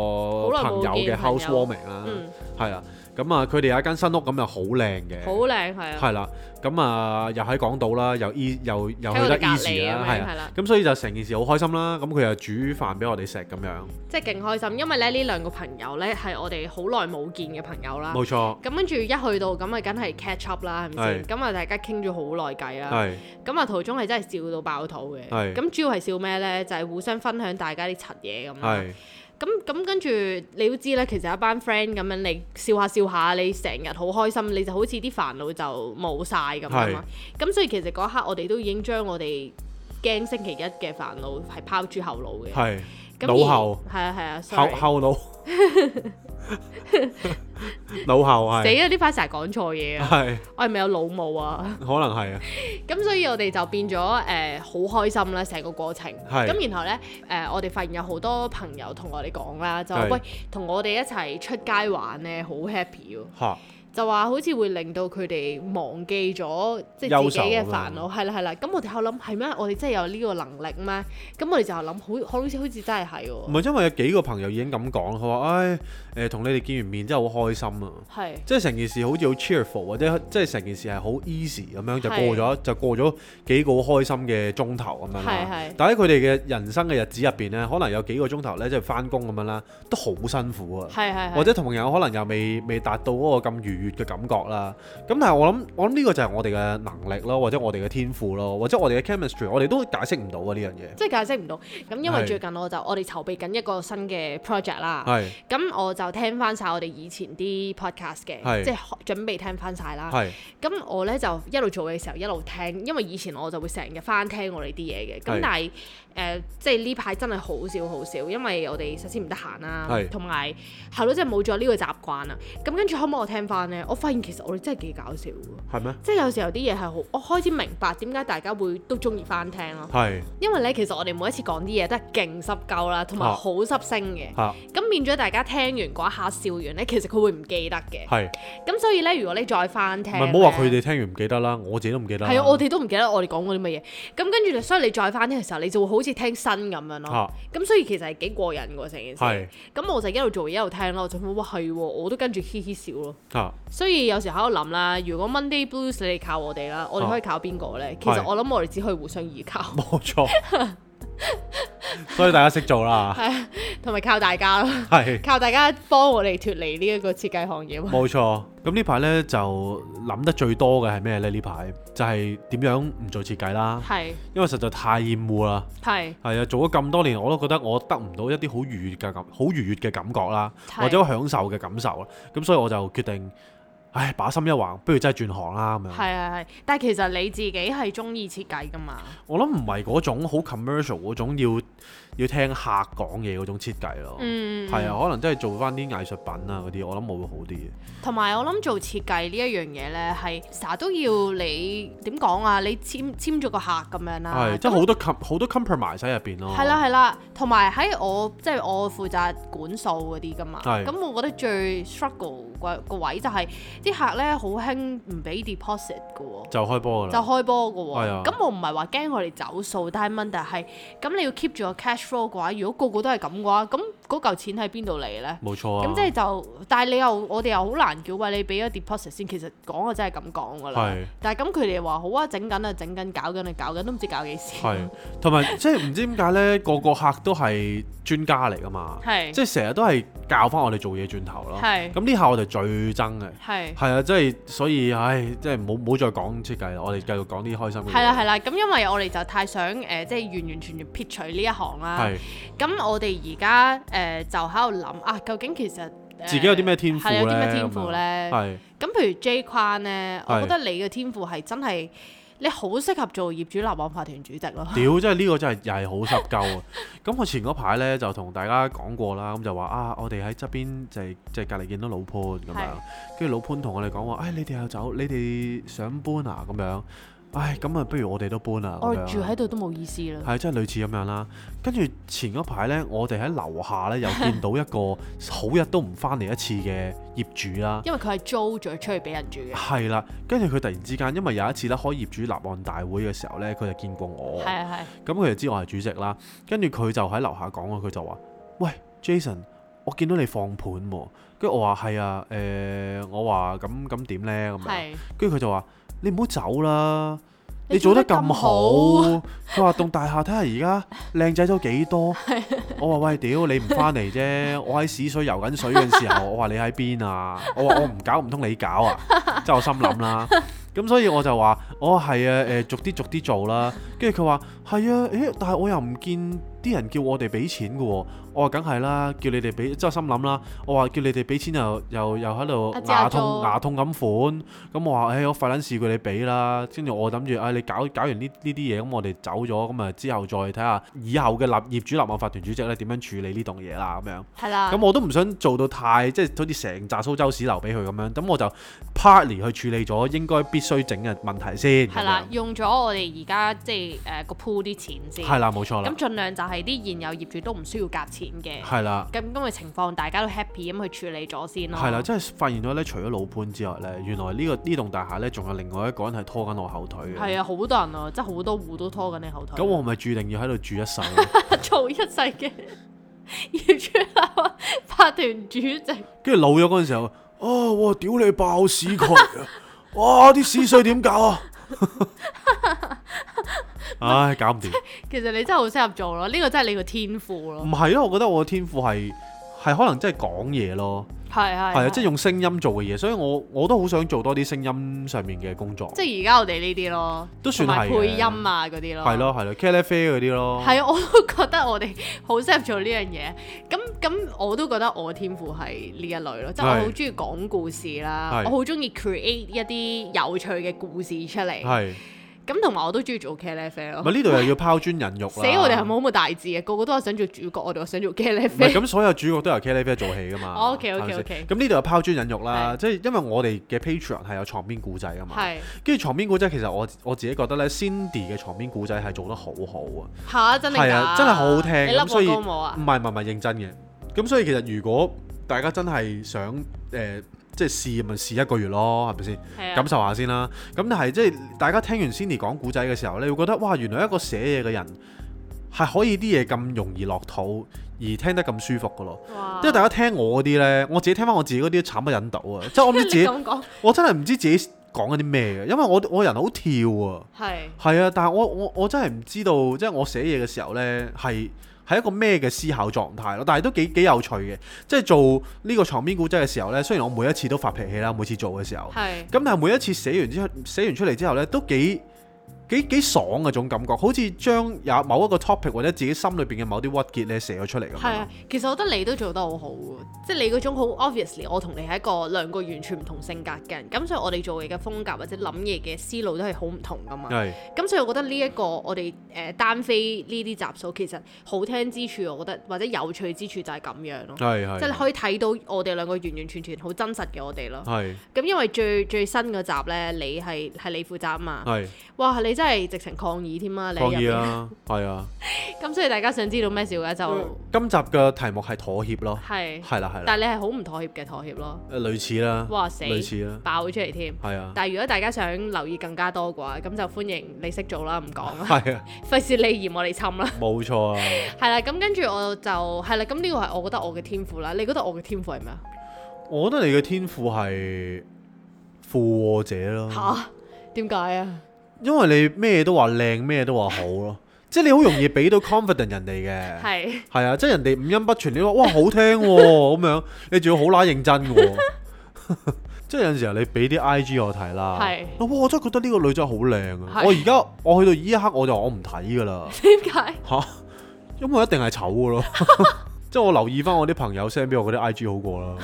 Speaker 1: 個
Speaker 3: 好耐
Speaker 1: 朋
Speaker 3: 冇
Speaker 1: 友嘅
Speaker 3: 見朋友
Speaker 1: housewarming 啦，
Speaker 3: 嗯，
Speaker 1: 係啦，咁啊，佢哋有一間新屋，咁又好靚
Speaker 3: 好
Speaker 1: 嘅，
Speaker 3: 靚係啊，
Speaker 1: 係啦，咁啊，又喺港島啦，又 e 又又
Speaker 3: 喺
Speaker 1: 去
Speaker 3: 我哋
Speaker 1: 得
Speaker 3: 隔離
Speaker 1: easy
Speaker 3: 咁
Speaker 1: 啦，
Speaker 3: 樣
Speaker 1: 係
Speaker 3: 係
Speaker 1: 啊，
Speaker 3: 啦，
Speaker 1: 咁所以就成件事好開心啦，咁佢又煮飯俾我哋食咁樣，
Speaker 3: 即係勁開心，因為咧呢兩個朋友咧係我哋好耐冇見嘅朋友啦。
Speaker 1: 冇錯，
Speaker 3: 咁跟住一去到咁啊，梗係 catch up 啦，係咪先？
Speaker 1: 係
Speaker 3: 咁啊，大家傾咗好耐偈啦。
Speaker 1: 係
Speaker 3: 咁啊，途中係真係笑到爆肚嘅。
Speaker 1: 係
Speaker 3: 咁主要係笑咩咧？就係、互相分享大家啲柒嘢咁啦。
Speaker 1: 係
Speaker 3: 咁咁跟住你都知咧，其實一班 friend 咁樣，你笑下笑下，你成日好開心，你就好似啲煩惱就冇晒咁啊嘛。咁所以其實嗰一刻我哋都已經將我哋驚星期一嘅煩惱係拋諸後腦嘅。
Speaker 1: 係
Speaker 3: 咁
Speaker 1: 腦後
Speaker 3: 而係啊係啊
Speaker 1: 後
Speaker 3: ，sorry，
Speaker 1: 後
Speaker 3: <laughs>
Speaker 1: 腦腦後
Speaker 3: 死啊
Speaker 1: 係
Speaker 3: 啦！呢排成日講錯
Speaker 1: <laughs>
Speaker 3: 嘢啊，
Speaker 1: 係
Speaker 3: 我係咪有老母啊？
Speaker 1: 可能係啊，
Speaker 3: 咁所以我哋就變咗誒呃好開心啦，成個過程。
Speaker 1: 係
Speaker 3: 咁然後呢，誒、我哋發現有好多朋友同我哋講啦，就話
Speaker 1: 係
Speaker 3: 喂，同我哋一齊出街玩呢，好 happy 喎。
Speaker 1: 嚇
Speaker 3: 就話好似會令到佢哋忘記咗即係
Speaker 1: 憂
Speaker 3: 自己
Speaker 1: 愁啊咁
Speaker 3: 嘅
Speaker 1: 樣
Speaker 3: 煩惱，係啦係啦。咁我哋喺度諗係咩？我哋真係有呢個能力咩？咁我哋就諗好好似好似真係係
Speaker 1: 唔
Speaker 3: 喎，
Speaker 1: 係因為有幾個朋友已經咁講，佢話：唉，誒、同你哋見完面真係好開心啊！
Speaker 3: 係
Speaker 1: 即係成件事好似好 cheerful，或者即係成件事係好 easy 咁樣就過
Speaker 3: 係
Speaker 1: 咗，就過咗幾個好開心嘅鐘頭咁樣
Speaker 3: 係
Speaker 1: 啦
Speaker 3: 係。
Speaker 1: 但喺佢哋嘅人生嘅日子入邊呢，可能有幾個鐘頭呢，即係翻工咁樣啦，都好辛苦啊。
Speaker 3: 係係
Speaker 1: 或
Speaker 3: 係
Speaker 1: 者同朋友可能又未未達到嗰個咁愉悅嘅感覺啦。咁但係我諗，我諗呢個就係我哋嘅能力咯，或者我哋嘅天賦咯，或者我哋嘅 chemistry，我哋都解釋唔到啊呢樣嘢。
Speaker 3: 即係解釋唔到。咁因為
Speaker 1: 係
Speaker 3: 最近我就我哋籌備緊一個新嘅 project 啦。
Speaker 1: 係
Speaker 3: 咁我就聽翻晒我哋以前啲 podcast 嘅，
Speaker 1: 係
Speaker 3: 即係準備聽翻晒啦。
Speaker 1: 係
Speaker 3: 咁我咧就一路做嘅時候一路聽，因為以前我就會成日翻聽我哋啲嘢嘅。咁
Speaker 1: 係
Speaker 3: 但係誒、呃即係呢排真係好少好少，因為我哋首先唔得閒啦
Speaker 1: 係，
Speaker 3: 同埋係咯，即係冇咗呢個習慣啦。咁跟住後尾我聽翻咧，我發現其實我哋真係幾搞笑喎。
Speaker 1: 係咩？
Speaker 3: 即係有時候啲嘢係好，我開始明白點解大家會都中意翻聽咯。
Speaker 1: 係
Speaker 3: 因為咧，其實我哋每一次講啲嘢都係勁濕鳩啦，同埋
Speaker 1: 啊
Speaker 3: 好濕聲嘅。
Speaker 1: 嚇
Speaker 3: 咁變咗大家聽完嗰一下笑完咧，其實佢會唔記得嘅。
Speaker 1: 係。
Speaker 3: 咁所以咧，如果你再翻聽
Speaker 1: 唔
Speaker 3: 呢，
Speaker 1: 係唔好話佢哋聽完唔記得啦，我自己都唔記得啦。
Speaker 3: 係啊，我哋都唔記得我哋講過啲乜嘢。咁跟住你，所以你再翻聽嘅時候，你就會好似聽新咁樣咯
Speaker 1: 啊。
Speaker 3: 咁所以其實係幾過癮喎成件
Speaker 1: 係
Speaker 3: 事。咁我就一路做嘢一路聽咯，我就諗哇係喎，我都跟住嘻嘻笑咯。
Speaker 1: 啊
Speaker 3: 所以有時喺度諗啦，如果 Monday Blues 你哋靠我哋啦，我哋可以靠邊個咧？其實
Speaker 1: 係
Speaker 3: 我諗我哋只可以互相依靠， <laughs>
Speaker 1: 冇錯，所以大家識做啦，
Speaker 3: 係啊同埋靠大家咯， <laughs>
Speaker 1: 係
Speaker 3: 靠大家幫我哋脱離呢一個設計行
Speaker 1: <laughs>
Speaker 3: 業。
Speaker 1: 冇錯。咁呢排呢，就諗得最多嘅係咩呢？呢排就係點樣唔做設計啦，
Speaker 3: 係
Speaker 1: 因為實在太厭惡啦。
Speaker 3: 係
Speaker 1: 係啊，做咗咁多年，我都覺得我得唔到一啲好愉悅嘅感，好愉悅嘅感覺啦，
Speaker 3: 係
Speaker 1: 或者好享受嘅感受啦。咁所以我就決定，唉，把心一橫，不如真係轉行啦咁
Speaker 3: 係
Speaker 1: 樣。
Speaker 3: 係係，但係其實你自己係中意設計噶嘛？
Speaker 1: 我諗唔係嗰種好 commercial 嗰種要要聽客講嘢嗰種設計咯。
Speaker 3: 嗯，
Speaker 1: 係啊，可能真係做翻啲藝術品啊嗰啲，我諗我會好啲嘅。
Speaker 3: 同埋我諗做設計呢一樣嘢呢，係成日都要你點講啊？你簽簽咗個啊客咁樣啦，
Speaker 1: 係，即係好多 com 好多 compromise 喺入邊咯。
Speaker 3: 係啦係啦。同埋喺我即係我負責管數嗰啲噶嘛，
Speaker 1: 係
Speaker 3: 咁我覺得最 struggle 個個位就係、啲客呢好興唔俾 deposit 嘅喎。
Speaker 1: 就開波㗎
Speaker 3: 就
Speaker 1: 啦。
Speaker 3: 開波嘅
Speaker 1: 係
Speaker 3: 喎，
Speaker 1: 啊
Speaker 3: 咁、我唔係話驚我哋走數，但係問題係，咁你要 keep 住個 cash flow 嘅話，如果個個都係咁嘅話，咁嗰嚿錢喺邊度嚟呢？
Speaker 1: 冇錯啊。
Speaker 3: 咁即係就，但係你又我哋又好難叫喂你俾咗 deposit 先，其實講我真係咁講㗎啦
Speaker 1: 係。
Speaker 3: 但係咁佢哋話好啊，整緊啊，整緊，搞緊啊，搞緊，都唔知搞幾
Speaker 1: <laughs>
Speaker 3: 時。
Speaker 1: 係，同
Speaker 3: 嗯
Speaker 1: 埋即係唔知點解呢，個個客都係專家嚟噶嘛，
Speaker 3: 係
Speaker 1: 即係成日都係教翻我哋做嘢轉頭咯。
Speaker 3: 係
Speaker 1: 咁呢下我哋最憎嘅，
Speaker 3: 係
Speaker 1: 係啊，即係所以唉，即係唔好唔好再講設計啦，我哋繼續講啲開心嘅嘢。
Speaker 3: 係啦係啦，咁因為我哋就太想誒、呃即係完完全全撇除呢一行啦。
Speaker 1: 係
Speaker 3: 咁我哋而家誒就喺度諗啊，究竟其實、呃
Speaker 1: 自己有啲咩天賦
Speaker 3: 係有啲咩
Speaker 1: 呢
Speaker 3: 天
Speaker 1: 咁
Speaker 3: 賦
Speaker 1: 樣
Speaker 3: 咧？
Speaker 1: 係
Speaker 3: 咁譬如 J 框咧，
Speaker 1: 係
Speaker 3: 我覺得你嘅天賦係真係你好適合做業主立案法團主席咯。
Speaker 1: 屌，真係呢個真係又係好濕鳩啊！ <laughs> 咁我前嗰排呢，就同大家講過啦，咁就話啊，我哋喺側邊就係就係隔離見到老潘咁樣
Speaker 3: 係，
Speaker 1: 跟住老潘同我哋講話，哎唉，你哋又走，你哋想搬啊咁樣，唉，咁啊，不如我哋都搬啊
Speaker 3: 我
Speaker 1: 咁
Speaker 3: 哋住
Speaker 1: 樣。
Speaker 3: 喺度都冇意思啦。
Speaker 1: 係，即係類似咁樣啦。跟住前嗰排呢，我哋喺樓下呢，又見到一個好日都唔翻嚟一次嘅業主
Speaker 3: <laughs>
Speaker 1: 啦。
Speaker 3: 因為佢係租咗出去俾人住嘅，
Speaker 1: 係啦，跟住佢突然之間，因為有一次咧開業主立案大會嘅時候呢，佢就見過我，
Speaker 3: 係啊
Speaker 1: 咁佢就知我係主席啦。跟住佢就喺樓下講啊，佢就話：喂，Jason，我見到你放盤喎。跟住我話係啊，誒、我話咁咁點呢？咁
Speaker 3: 係
Speaker 1: 樣。
Speaker 3: 係，
Speaker 1: 跟住佢就話：你唔好走啦，
Speaker 3: 你
Speaker 1: 你
Speaker 3: 做
Speaker 1: 做
Speaker 3: 得
Speaker 1: 得
Speaker 3: 咁
Speaker 1: 咁
Speaker 3: 好
Speaker 1: 好。佢話棟大廈睇下而家靚仔咗幾 <laughs> 多。我話喂，屌你唔翻嚟啫！我喺屎水游緊水嘅時候，我話你喺邊啊？我話我唔搞，唔通你搞啊？即係我心諗啦。咁所以我就話：我係啊，誒、逐啲逐啲做啦。跟住佢話：係啊，誒，但係我又唔見啲人叫我哋俾錢嘅喎。我話梗係啦，叫你哋俾，即係心諗啦。我話叫你哋俾錢又又又喺度
Speaker 3: 阿姐阿
Speaker 1: 牙
Speaker 3: 姐
Speaker 1: 痛牙痛咁款。咁我話：，誒、我費撚事叫你俾啦。跟住我諗住，啊，你搞搞完呢呢啲嘢，咁我哋走咗，咁啊之後再睇下以後嘅立業主立案法團主席咧點樣處理呢棟嘢啦，咁樣。
Speaker 3: 係啦
Speaker 1: 咁。我都唔想做到太即係好似成扎蘇州市留俾佢咁樣，咁我就 partly 去處理咗應該必須整嘅問題先。
Speaker 3: 係啦，用咗我哋而家即係誒個 pool 啲錢
Speaker 1: 咁
Speaker 3: 先，
Speaker 1: 樣，係啦，冇錯啦
Speaker 3: 咁，盡量就係啲現有業主都唔需要夾錢嘅，
Speaker 1: 係啦。
Speaker 3: 咁啊咁嘅情況大家都 happy 咁去處理咗先咯。
Speaker 1: 係啦，真係發現咗咧，除咗老潘之外咧，原來呢、個呢棟大廈咧，仲有另外一個人係拖緊我後腿嘅。
Speaker 3: 係啊，好多人啊，真係好多戶都拖緊你後腿。
Speaker 1: 咁我係咪注定要喺度住一世？
Speaker 3: <laughs> 做一世嘅業主立案法團主 <laughs> 席，
Speaker 1: 跟住老咗嗰陣時候，啊，哇！屌你爆屎渠啊！ <laughs> 哇！啲屎水點搞
Speaker 3: <laughs>
Speaker 1: 啊？唉，搞唔掂。
Speaker 3: 其實你真係好適合做咯，呢、個真係你個天賦
Speaker 1: 唔
Speaker 3: 咯，
Speaker 1: 係咯，我覺得我嘅天賦係係可能真係講嘢咯，
Speaker 3: 係係
Speaker 1: 係啊，即係用聲音做嘅嘢，所以我我都好想做多啲聲音上面嘅工作，
Speaker 3: 即係而家我哋呢啲咯，
Speaker 1: 都算
Speaker 3: 同埋
Speaker 1: 係
Speaker 3: 配
Speaker 1: 嘅
Speaker 3: 音啊嗰啲咯，
Speaker 1: 係。咯係咯 c a l i f e 嗰啲咯，
Speaker 3: 係啊，我都覺得我哋好適合做呢樣嘢。咁咁，我都覺得我天賦係呢一類咯，即係我
Speaker 1: 係
Speaker 3: 好中意講故事啦，
Speaker 1: 係
Speaker 3: 我好中意 create 一啲有趣嘅故事出嚟。
Speaker 1: 係
Speaker 3: 咁同埋我都中意做茄喱啡
Speaker 1: 咪
Speaker 3: 咯。
Speaker 1: 呢度又要拋磚引玉啦？啊
Speaker 3: 死我哋係冇咁大志嘅，個個都係想做主角，我哋話想做茄喱
Speaker 1: 唔係
Speaker 3: 啡。
Speaker 1: 咁，所有主角都由 c a l i f e 做起噶嘛
Speaker 3: OK，OK，
Speaker 1: 係咪先
Speaker 3: OK
Speaker 1: 咁呢度又拋磚引玉啦，
Speaker 3: 係
Speaker 1: 即係因為我哋嘅 Patreon 係有床邊故仔噶嘛，
Speaker 3: 係
Speaker 1: 跟住床邊故仔其實我我自己覺得咧，Cindy 嘅床邊故仔係做得好好啊。
Speaker 3: 嚇，真係
Speaker 1: 係啊，
Speaker 3: 㗎
Speaker 1: 真係好好聽。
Speaker 3: 你笠
Speaker 1: 咁所以
Speaker 3: 我高帽啊
Speaker 1: 唔？係唔係唔係認真嘅。咁所以其實如果大家真係想誒、呃即係試咪試一個月咯，係咪先？
Speaker 3: 係啊
Speaker 1: 感，受下先啦。咁但係即係大家聽完 Cindy 講古仔嘅時候，你會覺得哇，原來一個寫嘢嘅人係可以啲嘢咁容易落肚，而聽得咁舒服噶咯。
Speaker 3: 哇
Speaker 1: 因為大家聽我嗰啲呢，我自己聽翻我自己嗰啲慘不忍睹啊！即係我唔知自
Speaker 3: 你
Speaker 1: 己，
Speaker 3: 咁講
Speaker 1: 我真係唔知自己講緊啲咩嘅，因為我我人好跳啊。
Speaker 3: 係
Speaker 1: 係啊，但係我我我真係唔知道，即係我寫嘢嘅時候呢，係係一個咩嘅思考狀態咯。但係都幾幾有趣嘅，即係做呢個床邊故仔嘅時候呢，雖然我每一次都發脾氣啦，每次做嘅時候，
Speaker 3: 係
Speaker 1: 咁但係每一次寫完之後，寫完出嚟之後呢，都幾幾幾爽嘅種感覺，好似將有某一個 topic 或者自己心裏邊嘅某啲鬱結呢寫咗出嚟咁
Speaker 3: 係
Speaker 1: 樣
Speaker 3: 啊。，其實我覺得你都做得好好喎，即係你嗰種好 obviously，我同你係一個兩個完全唔同性格嘅人，咁所以我哋做嘢嘅風格或者諗嘢嘅思路都係好啊唔同噶嘛。
Speaker 1: 係
Speaker 3: 咁所以我覺得呢、一個我哋誒、呃、單飛呢啲集數，其實好聽之處，我覺得或者有趣之處就係咁樣咯，
Speaker 1: 係啊係
Speaker 3: 即係可以睇到我哋兩個完完全全好真實嘅我哋咯。
Speaker 1: 係
Speaker 3: 咁因為最最新嗰集呢，你係係你負責啊嘛，
Speaker 1: 係
Speaker 3: 哇！你真真係直情抗議添啦，你
Speaker 1: 抗
Speaker 3: 入
Speaker 1: 議
Speaker 3: 邊。
Speaker 1: 啊，係啊。
Speaker 3: 咁所以大家想知道咩事嘅就
Speaker 1: 今集嘅題目係妥協咯，
Speaker 3: 係，
Speaker 1: 係啦係啦，
Speaker 3: 但係你係好唔妥協嘅妥協咯，
Speaker 1: 誒類似啦，
Speaker 3: 哇死
Speaker 1: 類似啦，
Speaker 3: 爆出嚟添。
Speaker 1: 係啊，
Speaker 3: 但係如果大家想留意更加多嘅話，咁就歡迎你識做啦，唔講啦， <laughs>
Speaker 1: <laughs> 係啊，
Speaker 3: 費事你嫌我哋侵啦。
Speaker 1: <laughs> 冇錯啊。
Speaker 3: 係啦，咁跟住我就係啦，咁呢個係我覺得我嘅天賦啦。你覺得我嘅天賦係咩啊？
Speaker 1: 我覺得你嘅天賦係附和者咯。
Speaker 3: 嚇？點解啊？
Speaker 1: 因為你咩都話靚，咩都話好咯，即係你好容易俾到 confident 人哋嘅，
Speaker 3: 係 <laughs>
Speaker 1: 係啊，即係人哋五音不全，你話哇好聽喎、咁樣， <laughs> 你仲要好乸認真喎、 <laughs> 即係有陣時候你俾啲 IG 我睇啦，
Speaker 3: 係
Speaker 1: 哇我真係覺得呢個女仔好靚啊！
Speaker 3: 係
Speaker 1: 我而家我去到呢一刻我就話我唔睇噶
Speaker 3: <laughs>
Speaker 1: 啦，
Speaker 3: 點
Speaker 1: <laughs>
Speaker 3: 解？
Speaker 1: 吓，因為一定係醜噶
Speaker 3: <laughs>
Speaker 1: 咯，即係我留意翻我啲朋友 send 俾我嗰啲 IG 好過啦，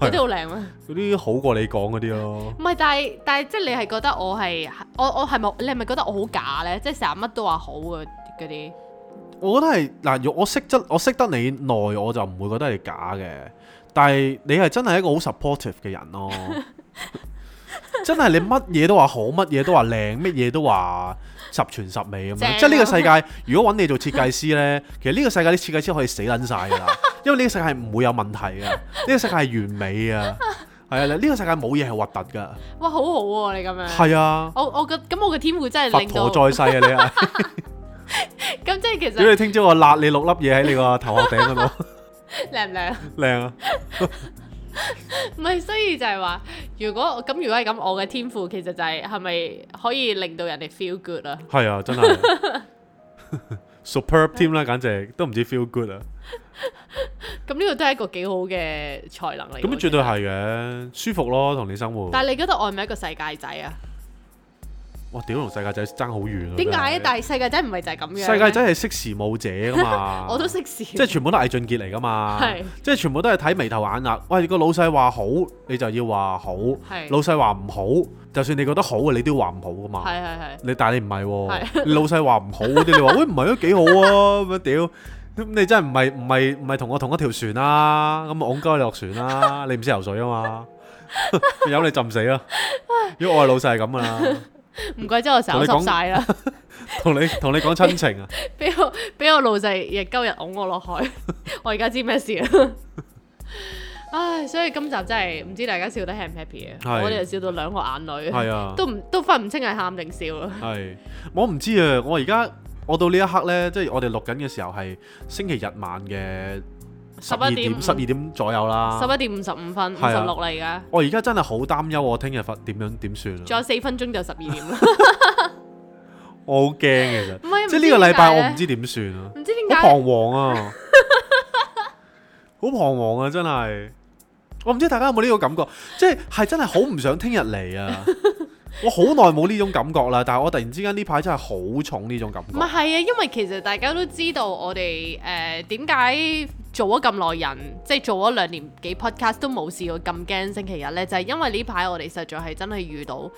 Speaker 3: 嗰啲好靚啊！
Speaker 1: 嗰啲好過你講嗰啲咯。
Speaker 3: 唔係，但係但係即係你係覺得我係我我係咪你係咪覺得我好假咧？即係成日乜都話好嘅嗰啲，
Speaker 1: 我覺得係嗱，若我識得我識得你耐，我就唔會覺得你假嘅。但係你係真係一個好 supportive 嘅人
Speaker 3: <laughs>
Speaker 1: 咯，真係你乜嘢都話好，乜嘢都話靚，乜嘢都話十全十美咁
Speaker 3: 正啊
Speaker 1: 樣。即係呢個世界，如果揾你做設計師呢， <laughs> 其實呢個世界啲設計師可以死撚晒㗎啦，因為呢個世界係唔會有問題嘅，呢個世界係完美啊，係啊，呢個世界冇嘢係核突㗎，
Speaker 3: 哇好好喎、你咁樣。
Speaker 1: 係啊，
Speaker 3: 我我嘅咁我嘅天賦真係
Speaker 1: 佛
Speaker 3: 令到
Speaker 1: 陀在世啊
Speaker 3: <laughs>
Speaker 1: 你啊，
Speaker 3: 咁即係其
Speaker 1: 如果
Speaker 3: 實
Speaker 1: 你聽朝我揦你六粒嘢喺你個頭殼頂嗰度，
Speaker 3: 靚唔靚？
Speaker 1: 靚啊！
Speaker 3: 唔係，所以就係話，如果咁如果係咁，我嘅天賦其實就係係咪可以令到人哋 feel good 啊？
Speaker 1: 係啊，真係 <laughs> superb team 啦，簡直都唔知 feel good 啊！
Speaker 3: 咁呢個都係一個幾好嘅才能嚟。
Speaker 1: 咁絕對。係嘅，舒服咯，同你生活。
Speaker 3: 但係你覺得我係咪一個世界仔啊？
Speaker 1: 哇，屌同世界仔爭好遠啊！
Speaker 3: 點解？
Speaker 1: 真係
Speaker 3: 但係世界仔唔係就係咁樣。
Speaker 1: 世界仔係識時務者噶嘛？
Speaker 3: <laughs> 我都識事。即
Speaker 1: 即係全部都係俊傑嚟噶嘛？
Speaker 3: 係
Speaker 1: 即係全部都係睇眉頭眼額。喂，個老細話好，你就要話好；
Speaker 3: 係
Speaker 1: 老細話唔好，就算你覺得好啊嘅，你都要話唔好噶嘛？
Speaker 3: 係係係。
Speaker 1: 你但係你唔係
Speaker 3: 係
Speaker 1: 喎，你老細話唔好嗰啲，你
Speaker 3: <laughs>
Speaker 1: 話喂唔係都幾好啊咁樣屌，咁你真係唔係唔係唔係同我同一條船啦，咁啊戇鳩你落船啦，你唔識游水啊嘛， <laughs> 由你浸死啦。如果我係老細係咁噶啦，
Speaker 3: 唔怪之我手濕晒
Speaker 1: <laughs>
Speaker 3: 啦，
Speaker 1: 同你同你講親情
Speaker 3: <laughs>
Speaker 1: 啊，
Speaker 3: 俾我俾我老細日鳩日㧬我落海， <laughs> 我而家知咩事啦。 <laughs> 唉，所以今集真係唔知大家笑得 happy 唔 happy
Speaker 1: 係
Speaker 3: 嘅，我哋就笑到兩個眼淚，
Speaker 1: 係啊，
Speaker 3: 都唔都分唔清係喊定笑啊。
Speaker 1: 係我唔知啊，我而家我到呢一刻呢，即係我哋錄緊嘅時候係星期日晚嘅十二
Speaker 3: 11
Speaker 1: 點十二點左右啦
Speaker 3: 十。一點五十五分，五
Speaker 1: 啊係
Speaker 3: 十
Speaker 1: 啊
Speaker 3: 六啦而家，
Speaker 1: 我而家真係好擔憂，我聽日發點樣點算啊
Speaker 3: 仲有四分鐘就十二點
Speaker 1: <laughs>
Speaker 3: 啦。
Speaker 1: 我好驚其實。
Speaker 3: 唔係，
Speaker 1: 即係呢個禮拜我唔
Speaker 3: 知
Speaker 1: 知點算啊，
Speaker 3: 點解呢，唔知點
Speaker 1: 好
Speaker 3: 解
Speaker 1: 彷徨啊， <laughs> 好彷徨啊，真係。我唔知大家有冇呢個感覺，即係係真係好唔想聽日嚟
Speaker 3: <laughs>
Speaker 1: 啊！我好耐冇呢種感覺啦，但係我突然之間呢排真係好重呢種感
Speaker 3: 唔
Speaker 1: 覺
Speaker 3: 係。係啊，因為其實大家都知道我哋誒點解做咗咁耐人，即係做咗兩年幾 podcast 都冇試過咁驚星期日呢，就係、因為呢排我哋實在係真係遇到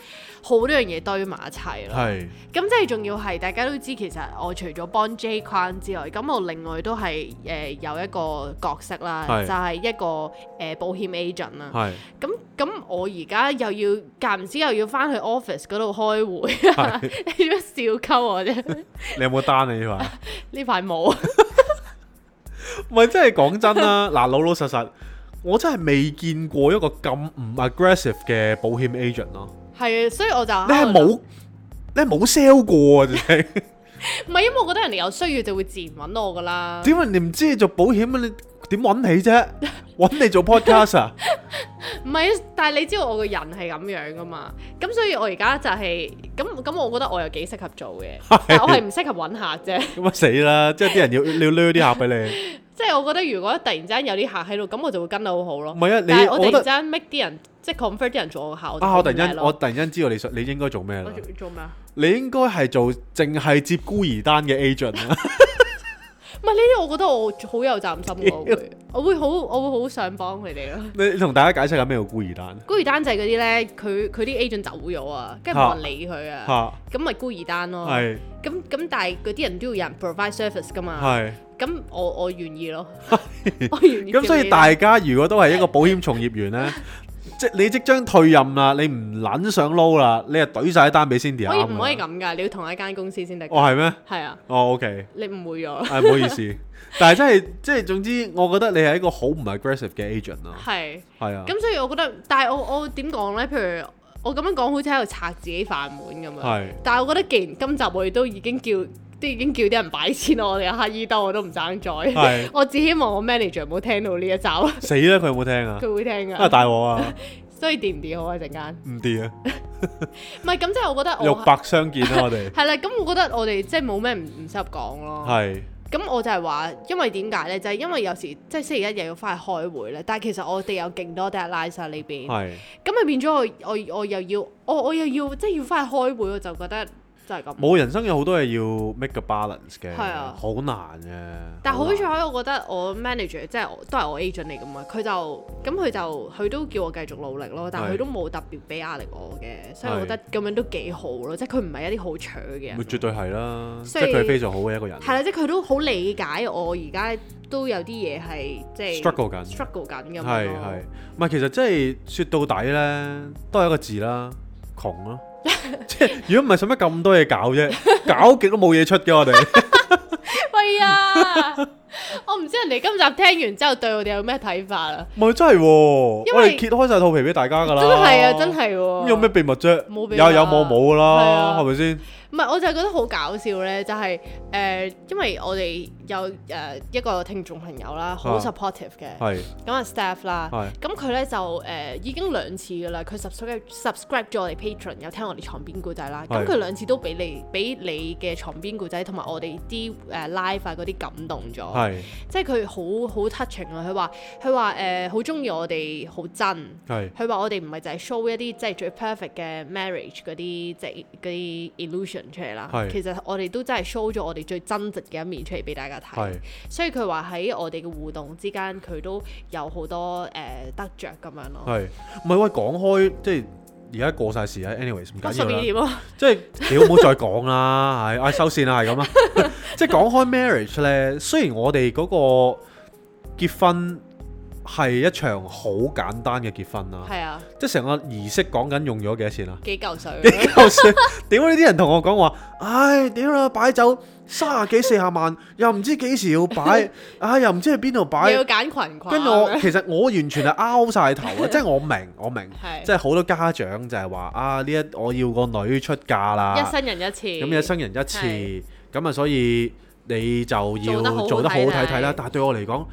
Speaker 3: 好多樣嘢堆埋一齊啦。
Speaker 1: 係
Speaker 3: 咁即係仲要係大家都知，其實我除咗幫 J 框之外，咁我另外都係誒、呃有一個角色啦，
Speaker 1: 係
Speaker 3: 就係一個誒、呃保險 agent 啦。 <laughs>
Speaker 1: 係
Speaker 3: 咁咁我而家又要間唔時又要翻去 office 嗰度開會啊！ <laughs> 你做乜笑鳩我啫？ <laughs>
Speaker 1: 你有冇單啊？呢排？
Speaker 3: 呢排冇，
Speaker 1: 唔係真係講真
Speaker 3: <laughs>
Speaker 1: 啦，嗱老老實實，我真係未見過一個咁唔 aggressive 嘅保險 agent 咯。
Speaker 3: 係啊，所以我就
Speaker 1: 你係冇你係冇 sell 過啊？真係。
Speaker 3: 唔係因為我覺得人哋有需要就會自然揾我噶啦。
Speaker 1: 點解你唔知你做保險啊？你點揾你
Speaker 3: <laughs>
Speaker 1: 啫？揾你做 podcast 啊？
Speaker 3: 唔係，啊但係你知道我個人係咁樣噶嘛？咁所以我而家就係咁咁，我覺得我又幾適合做嘅，但係我係唔適合揾客啫。 <laughs>
Speaker 1: 咁啊死啦！即係啲人要你要掠啲客俾
Speaker 3: 即係我覺得如果突然之間有啲客喺度，咁我就會跟得好好咯
Speaker 1: 你。唔。係啊，
Speaker 3: 但
Speaker 1: 你
Speaker 3: 係我突
Speaker 1: 覺
Speaker 3: 然之
Speaker 1: 得
Speaker 3: 間 make 啲人即係 convert 啲人做我嘅客，我就
Speaker 1: 啊，我突然
Speaker 3: 好唔
Speaker 1: 間
Speaker 3: 叻
Speaker 1: 我
Speaker 3: 咯
Speaker 1: 突然間知道你想你應該做咩
Speaker 3: 我
Speaker 1: 啦？
Speaker 3: 做做咩啊？
Speaker 1: 你應該係做淨係接孤兒單嘅 agent
Speaker 3: <laughs>
Speaker 1: 啊！
Speaker 3: 唔係呢啲，我覺得我好有責任心喎，
Speaker 1: <laughs>
Speaker 3: 我會我會好我會好想幫佢哋咯。
Speaker 1: 你你同大家解釋下咩叫孤兒
Speaker 3: <laughs>
Speaker 1: 單
Speaker 3: 孤兒單仔嗰啲咧，佢佢啲 agent 走咗啊，跟住冇人理佢啊，
Speaker 1: 嚇？
Speaker 3: 咁咪孤兒單咯。
Speaker 1: 係
Speaker 3: 咁咁，但係嗰啲人都要有人 provide service 噶 <laughs> 嘛。
Speaker 1: 係
Speaker 3: 咁我
Speaker 1: <laughs>
Speaker 3: 我願意咯，我願意接呢啲。 <laughs>
Speaker 1: 咁，所以大家如果都係一個保險從業員呢，即你即將退任啦，你唔撚想撈啦，你係懟晒單俾 Cindy
Speaker 3: 可以
Speaker 1: 啱
Speaker 3: 唔可以
Speaker 1: 㗎啦
Speaker 3: 咁噶？你要同一間公司先得㗎。
Speaker 1: 啊哦，係咩？
Speaker 3: 係啊，
Speaker 1: 哦，OK，
Speaker 3: 你誤會咗。
Speaker 1: 啊誒唔好意思，但係真係即係總之，我覺得你係一個好唔 aggressive 嘅 agent 咯，
Speaker 3: 係。
Speaker 1: 係啊，
Speaker 3: 咁所以我覺得，但係我我點講呢？譬如我咁樣講，好似喺度拆自己飯碗咁樣。
Speaker 1: 係
Speaker 3: 但係我覺得，既然今集我哋都已經叫，都已經叫啲人擺錢落我哋嘅乞衣兜，我都唔爭在。
Speaker 1: 係
Speaker 3: <laughs> 我只希望我 manager 冇聽到呢一集，佢
Speaker 1: 死啦！佢有冇聽啊？
Speaker 3: 會聽
Speaker 1: 啊
Speaker 3: 㗎。
Speaker 1: 大鑊啊！
Speaker 3: 所以掂唔掂好啊？陣間
Speaker 1: 唔掂
Speaker 3: <laughs>
Speaker 1: 啊！
Speaker 3: 唔係咁，即係我覺得
Speaker 1: 肉
Speaker 3: 我
Speaker 1: 白相見啊啦，我
Speaker 3: <laughs>
Speaker 1: 哋
Speaker 3: 係啦。咁我覺得我哋即係冇咩唔唔適合講咯。
Speaker 1: 係
Speaker 3: 咁我就係話，因為點解咧？就係、因為有時即係星期一又要翻去開會咧，但係其實我哋有勁多 deadline 喺呢邊，
Speaker 1: 係
Speaker 3: 咁咪變咗我我我又要我我又要即係要翻去開會，我就覺得就係咁。
Speaker 1: 冇人生有好多嘢要 make a balance 嘅，
Speaker 3: 係啊
Speaker 1: 好難嘅。
Speaker 3: 但係好
Speaker 1: 難
Speaker 3: 彩，我覺得我 manager 即係我都係我 agent 嚟噶嘛，佢就咁佢就佢都叫我繼續努力咯，但係
Speaker 1: 係
Speaker 3: 佢都冇特別俾壓力我嘅，所以
Speaker 1: 係
Speaker 3: 我覺得咁樣都幾好咯，即係佢唔係一啲好扯嘅人
Speaker 1: 咪。絕對係啦，即
Speaker 3: 所以
Speaker 1: 係佢係非常好嘅一個人。
Speaker 3: 係啦，即係佢都好理解我而家都有啲嘢係即係
Speaker 1: Struggle 緊
Speaker 3: struggle 緊咁樣咯
Speaker 1: 係係，唔係其實即係説到底呢，都係一個字啦，窮
Speaker 3: <laughs>
Speaker 1: 咯。即係如果唔係，使乜咁多嘢搞啫？搞極都冇嘢出嘅，我哋
Speaker 3: <laughs> 喂啊！我唔知人哋今集聽完之後對我哋有咩睇法啊？
Speaker 1: 咪真係喎，我
Speaker 3: 因為
Speaker 1: 哋揭開晒肚皮俾大家㗎啦。
Speaker 3: 真係啊，真。係喎。
Speaker 1: 咁有咩？秘密啫？
Speaker 3: 冇秘密啊
Speaker 1: 有有冇冇㗎
Speaker 3: 係
Speaker 1: 啦，
Speaker 3: 啊
Speaker 1: 係咪先？
Speaker 3: 唔係，我就係覺得好搞笑咧，就係、呃因為我哋有誒、呃一個聽眾朋友啦，好
Speaker 1: 啊
Speaker 3: supportive 嘅，
Speaker 1: 係
Speaker 3: 咁啊 staff 啦
Speaker 1: 係，
Speaker 3: 咁佢咧就誒、呃已經兩次噶啦，佢 subscribe subscribe 咗我哋 patron，有聽我哋床邊故仔啦，咁
Speaker 1: 係
Speaker 3: 佢兩次都俾你俾你嘅床邊故仔同埋我哋啲誒 live 啊嗰啲感動咗。
Speaker 1: 係
Speaker 3: 即係佢好好 touching 啊！佢話佢話誒好中意我哋好真，
Speaker 1: 係
Speaker 3: 佢話我哋唔係就係 show 一啲即係最 perfect 嘅 marriage 嗰啲即係嗰啲 illusion 出嚟啦
Speaker 1: 係。
Speaker 3: 其實我哋都真係 show 咗我哋最真實嘅一面出嚟俾大家睇
Speaker 1: 係。
Speaker 3: 所以佢話喺我哋嘅互動之間，佢都有好多誒、呃得着咁樣咯。
Speaker 1: 係，唔係喂，講開即係而家過晒時啦，anyways 唔
Speaker 3: 八
Speaker 1: 緊
Speaker 3: 十
Speaker 1: 要
Speaker 3: 二
Speaker 1: 啦，
Speaker 3: 點啊，
Speaker 1: 即係你唔好再講啦， <laughs> 係，唉收線啦，係
Speaker 3: <laughs>
Speaker 1: 咁啦，即係講開 marriage 咧，雖然我哋嗰個結婚係一場好簡單嘅結婚啦，
Speaker 3: 係啊，
Speaker 1: 即係成個儀式講緊用咗幾多錢啊？
Speaker 3: 幾嚿
Speaker 1: <laughs>
Speaker 3: 水啊。
Speaker 1: 幾嚿水？屌呢啲人同我講話，唉，屌啦，擺酒三十幾四十萬，又唔知幾時要
Speaker 3: <laughs>
Speaker 1: 擺，唉，又唔知去邊度擺
Speaker 3: 你。要啊揀裙裙，
Speaker 1: 跟住我，其實我完全係拗晒頭
Speaker 3: <laughs>
Speaker 1: 啊！即係我明，我明，
Speaker 3: 係
Speaker 1: 即係好多家長就係話啊，呢一我要個女出嫁啦，
Speaker 3: 一生人一次，
Speaker 1: 啊咁一生人一次
Speaker 3: 係，
Speaker 1: 咁啊，所以你就要
Speaker 3: 做得好好
Speaker 1: 做得好好睇睇
Speaker 3: 睇睇
Speaker 1: 啦。但係對我嚟講，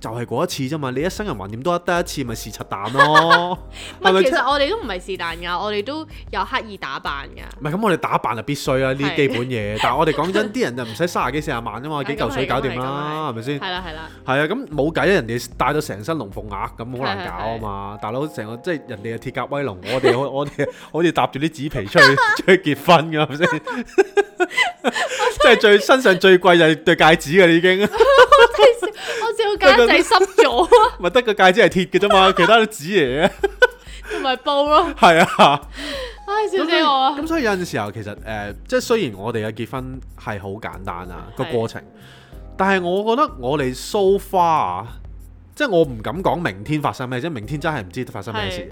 Speaker 1: 就係嗰一次啫嘛。你一生人還掂都得一次，咪是柒蛋
Speaker 3: <laughs>
Speaker 1: 咯， <laughs>
Speaker 3: 唔
Speaker 1: 係咪
Speaker 3: 係其
Speaker 1: 即係？
Speaker 3: 實我哋都唔係是但㗎，我哋都有刻意打扮㗎。
Speaker 1: 唔係咁，我哋打扮就必須啊啦，呢啲
Speaker 3: 係
Speaker 1: 基本嘢。但係我哋講真，啲人就唔使三十幾四十萬啫嘛，
Speaker 3: 係
Speaker 1: 幾嚿水
Speaker 3: 咁係
Speaker 1: 搞掂
Speaker 3: 咁係
Speaker 1: 啦，係咪先？
Speaker 3: 係啦係啦，
Speaker 1: 係啊，咁冇計啊！人哋帶到成身龍鳳鈪咁，好難
Speaker 3: 係係
Speaker 1: 搞啊嘛！大佬成個即係人哋嘅鐵甲威龍，我哋我我哋好 <laughs> 似搭住啲紙皮出
Speaker 3: <laughs>
Speaker 1: 去出去結婚㗎，係咪先？即係最身上最貴就係對戒指㗎啦，已經
Speaker 3: <laughs> 我照
Speaker 1: <laughs>
Speaker 3: 簡直濕咗啊，
Speaker 1: 咪得個戒指係鐵嘅啫嘛，其他都紙嚟嘅。
Speaker 3: 同埋布咯，
Speaker 1: 係啊，
Speaker 3: 唉笑
Speaker 1: 咁所以
Speaker 3: 死我啊！
Speaker 1: 咁所以有陣時候其實誒、呃即係雖然我哋嘅結婚係好簡單啊個
Speaker 3: 係
Speaker 1: 過程，但係我覺得我哋 so far 啊即係我唔敢講明天發生咩，即係明天真係唔知發生咩事嘅。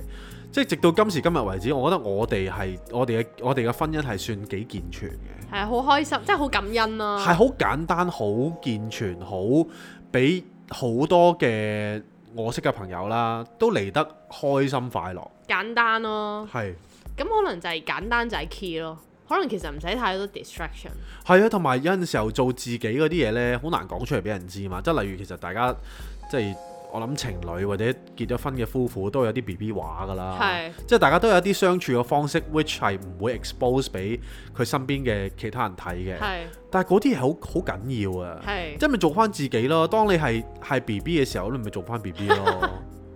Speaker 1: 即係直到今時今日為止，我覺得我哋係我哋嘅我哋嘅婚姻係算幾健全嘅，
Speaker 3: 係好開心，真係好感恩啦。
Speaker 1: 係好、簡單、好健全、好俾好多嘅我識嘅朋友啦，都嚟得開心快樂，
Speaker 3: 簡單咯。
Speaker 1: 係。
Speaker 3: 咁可能就係簡單就係 key 咯。可能其實唔使太多 distraction。
Speaker 1: 係啊，同埋有陣時候做自己嗰啲嘢呢，好難講出嚟俾人知嘛。即係例如，其實大家即係我諗情侶或者結咗婚嘅夫婦都有啲 B B 話㗎啦，
Speaker 3: 係
Speaker 1: 即係大家都有啲相處嘅方式，which 係唔會 expose 俾佢身邊嘅其他人睇嘅。
Speaker 3: 係
Speaker 1: 但係嗰啲嘢好好緊要啊，
Speaker 3: 係
Speaker 1: 即係咪做翻自己咯？當你係係 B B 嘅時候，你咪做翻 B B
Speaker 3: <laughs>
Speaker 1: 咯。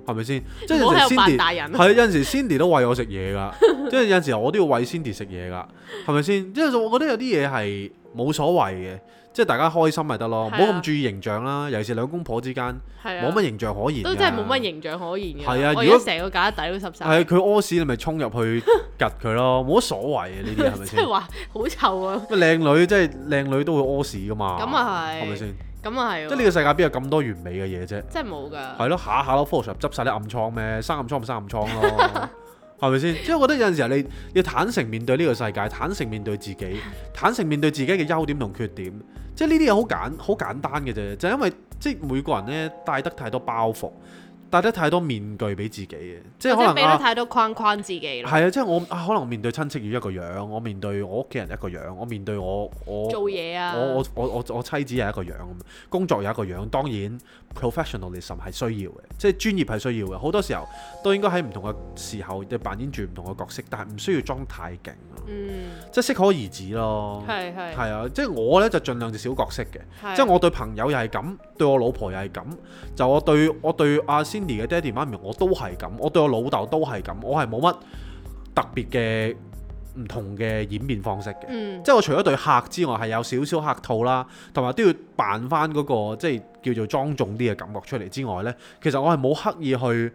Speaker 1: 係咪先？即係有
Speaker 3: 唔好
Speaker 1: 陣時
Speaker 3: 喺度扮
Speaker 1: Cindy
Speaker 3: 大人啊
Speaker 1: 係有陣時 Cindy 都餵我食嘢
Speaker 3: <laughs>
Speaker 1: 㗎，即係有陣時候我都要餵 Cindy 食嘢㗎，係咪先？即係我覺得有啲嘢係冇所謂嘅，即係大家開心咪得咯，唔好
Speaker 3: 係啊
Speaker 1: 咁注意形象啦。尤其是兩公婆之間，
Speaker 3: 係啊，
Speaker 1: 冇乜形象可言㗎。
Speaker 3: 都真係冇乜形象可言嘅。
Speaker 1: 係啊
Speaker 3: 我
Speaker 1: 如
Speaker 3: 而家
Speaker 1: 果
Speaker 3: 成個架底都濕晒。
Speaker 1: 係佢啊屙屎，你咪衝入去趌佢咯，冇乜所謂嘅呢啲係咪
Speaker 3: <laughs> <laughs> 即
Speaker 1: 先
Speaker 3: 係？話好臭啊！
Speaker 1: 乜靚女即係靚女都會屙屎㗎嘛？
Speaker 3: 咁啊係
Speaker 1: 係咪先？
Speaker 3: 咁啊係
Speaker 1: 即係呢
Speaker 3: 喎，
Speaker 1: 個世界邊有咁多完美嘅嘢啫？
Speaker 3: 真係冇㗎。
Speaker 1: 係咯，下下都 Photoshop 執晒啲暗瘡咩？生暗瘡咪生暗瘡
Speaker 3: <laughs>
Speaker 1: 咯，係咪先？即係我覺得有陣時候你要坦誠面對呢個世界，坦誠面對自
Speaker 3: <laughs>
Speaker 1: 己，坦誠面對自己嘅優點同缺點。即係呢啲嘢好簡好簡單嘅啫，就係因為即係每個人咧帶得太多包袱，帶得太多面具俾自己嘅，即係
Speaker 3: 或
Speaker 1: 可
Speaker 3: 者
Speaker 1: 能
Speaker 3: 俾得
Speaker 1: 啊。
Speaker 3: 太多框框自己咯，
Speaker 1: 係啊，即係我啊，可能我面對親戚要一個樣，我面對我屋企人一個樣，我面對我我
Speaker 3: 做嘢啊，
Speaker 1: 我我我我我妻子係一個樣咁，工作有一個樣，當然 professionalism 係需要嘅，即係專業係需要嘅。好多時候都應該喺唔同嘅時候，你扮演住唔同嘅角色，但係唔需要裝太勁咯，
Speaker 3: 嗯，
Speaker 1: 即係適可而止咯。
Speaker 3: 係係
Speaker 1: 係啊，即係我呢就盡量就小角色嘅，
Speaker 3: 係啊
Speaker 1: 即係我對朋友又係咁，對我老婆又係咁，就我對我對阿 Cindy 嘅爹哋媽咪我都係咁，我對我老豆都係咁，我係冇乜特別嘅唔同嘅演變方式嘅。
Speaker 3: 嗯
Speaker 1: 即係我除咗對客之外，係有少少客套啦，同埋都要扮翻嗰個即係叫做莊重啲嘅感覺出嚟之外呢，其實我係冇刻意去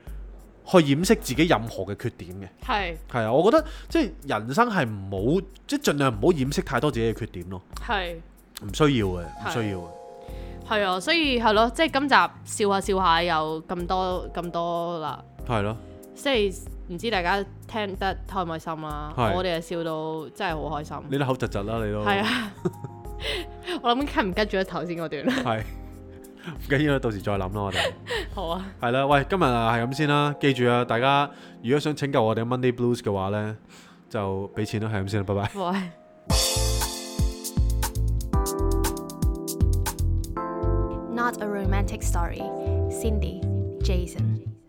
Speaker 1: 去掩飾自己任何嘅缺點嘅。
Speaker 3: 係
Speaker 1: 係啊，我覺得即係人生係唔好，即係盡量唔好掩飾太多自己嘅缺點咯，
Speaker 3: 係。
Speaker 1: 唔需要嘅，唔需要嘅。
Speaker 3: 係啊，所以係咯，即係今集笑下笑下又咁多咁多啦，
Speaker 1: 係咯，
Speaker 3: 即係唔知大家聽得開唔開心啦。
Speaker 1: 係
Speaker 3: 我哋就笑到真係好開心。
Speaker 1: 你都口窒窒啦，你都
Speaker 3: 係啊， <laughs> 我諗跟唔跟住咗頭先嗰段啦。
Speaker 1: 係唔緊要啦，到時再諗啦，我哋。
Speaker 3: 好啊，
Speaker 1: 係啦，喂，今日啊係咁先啦，記住啊，大家如果想拯救我哋 Monday Blues 嘅話呢，就俾錢啦，係咁先啦，拜拜。
Speaker 3: 喂。
Speaker 2: Not a Romantic Story, Cindy, Jason.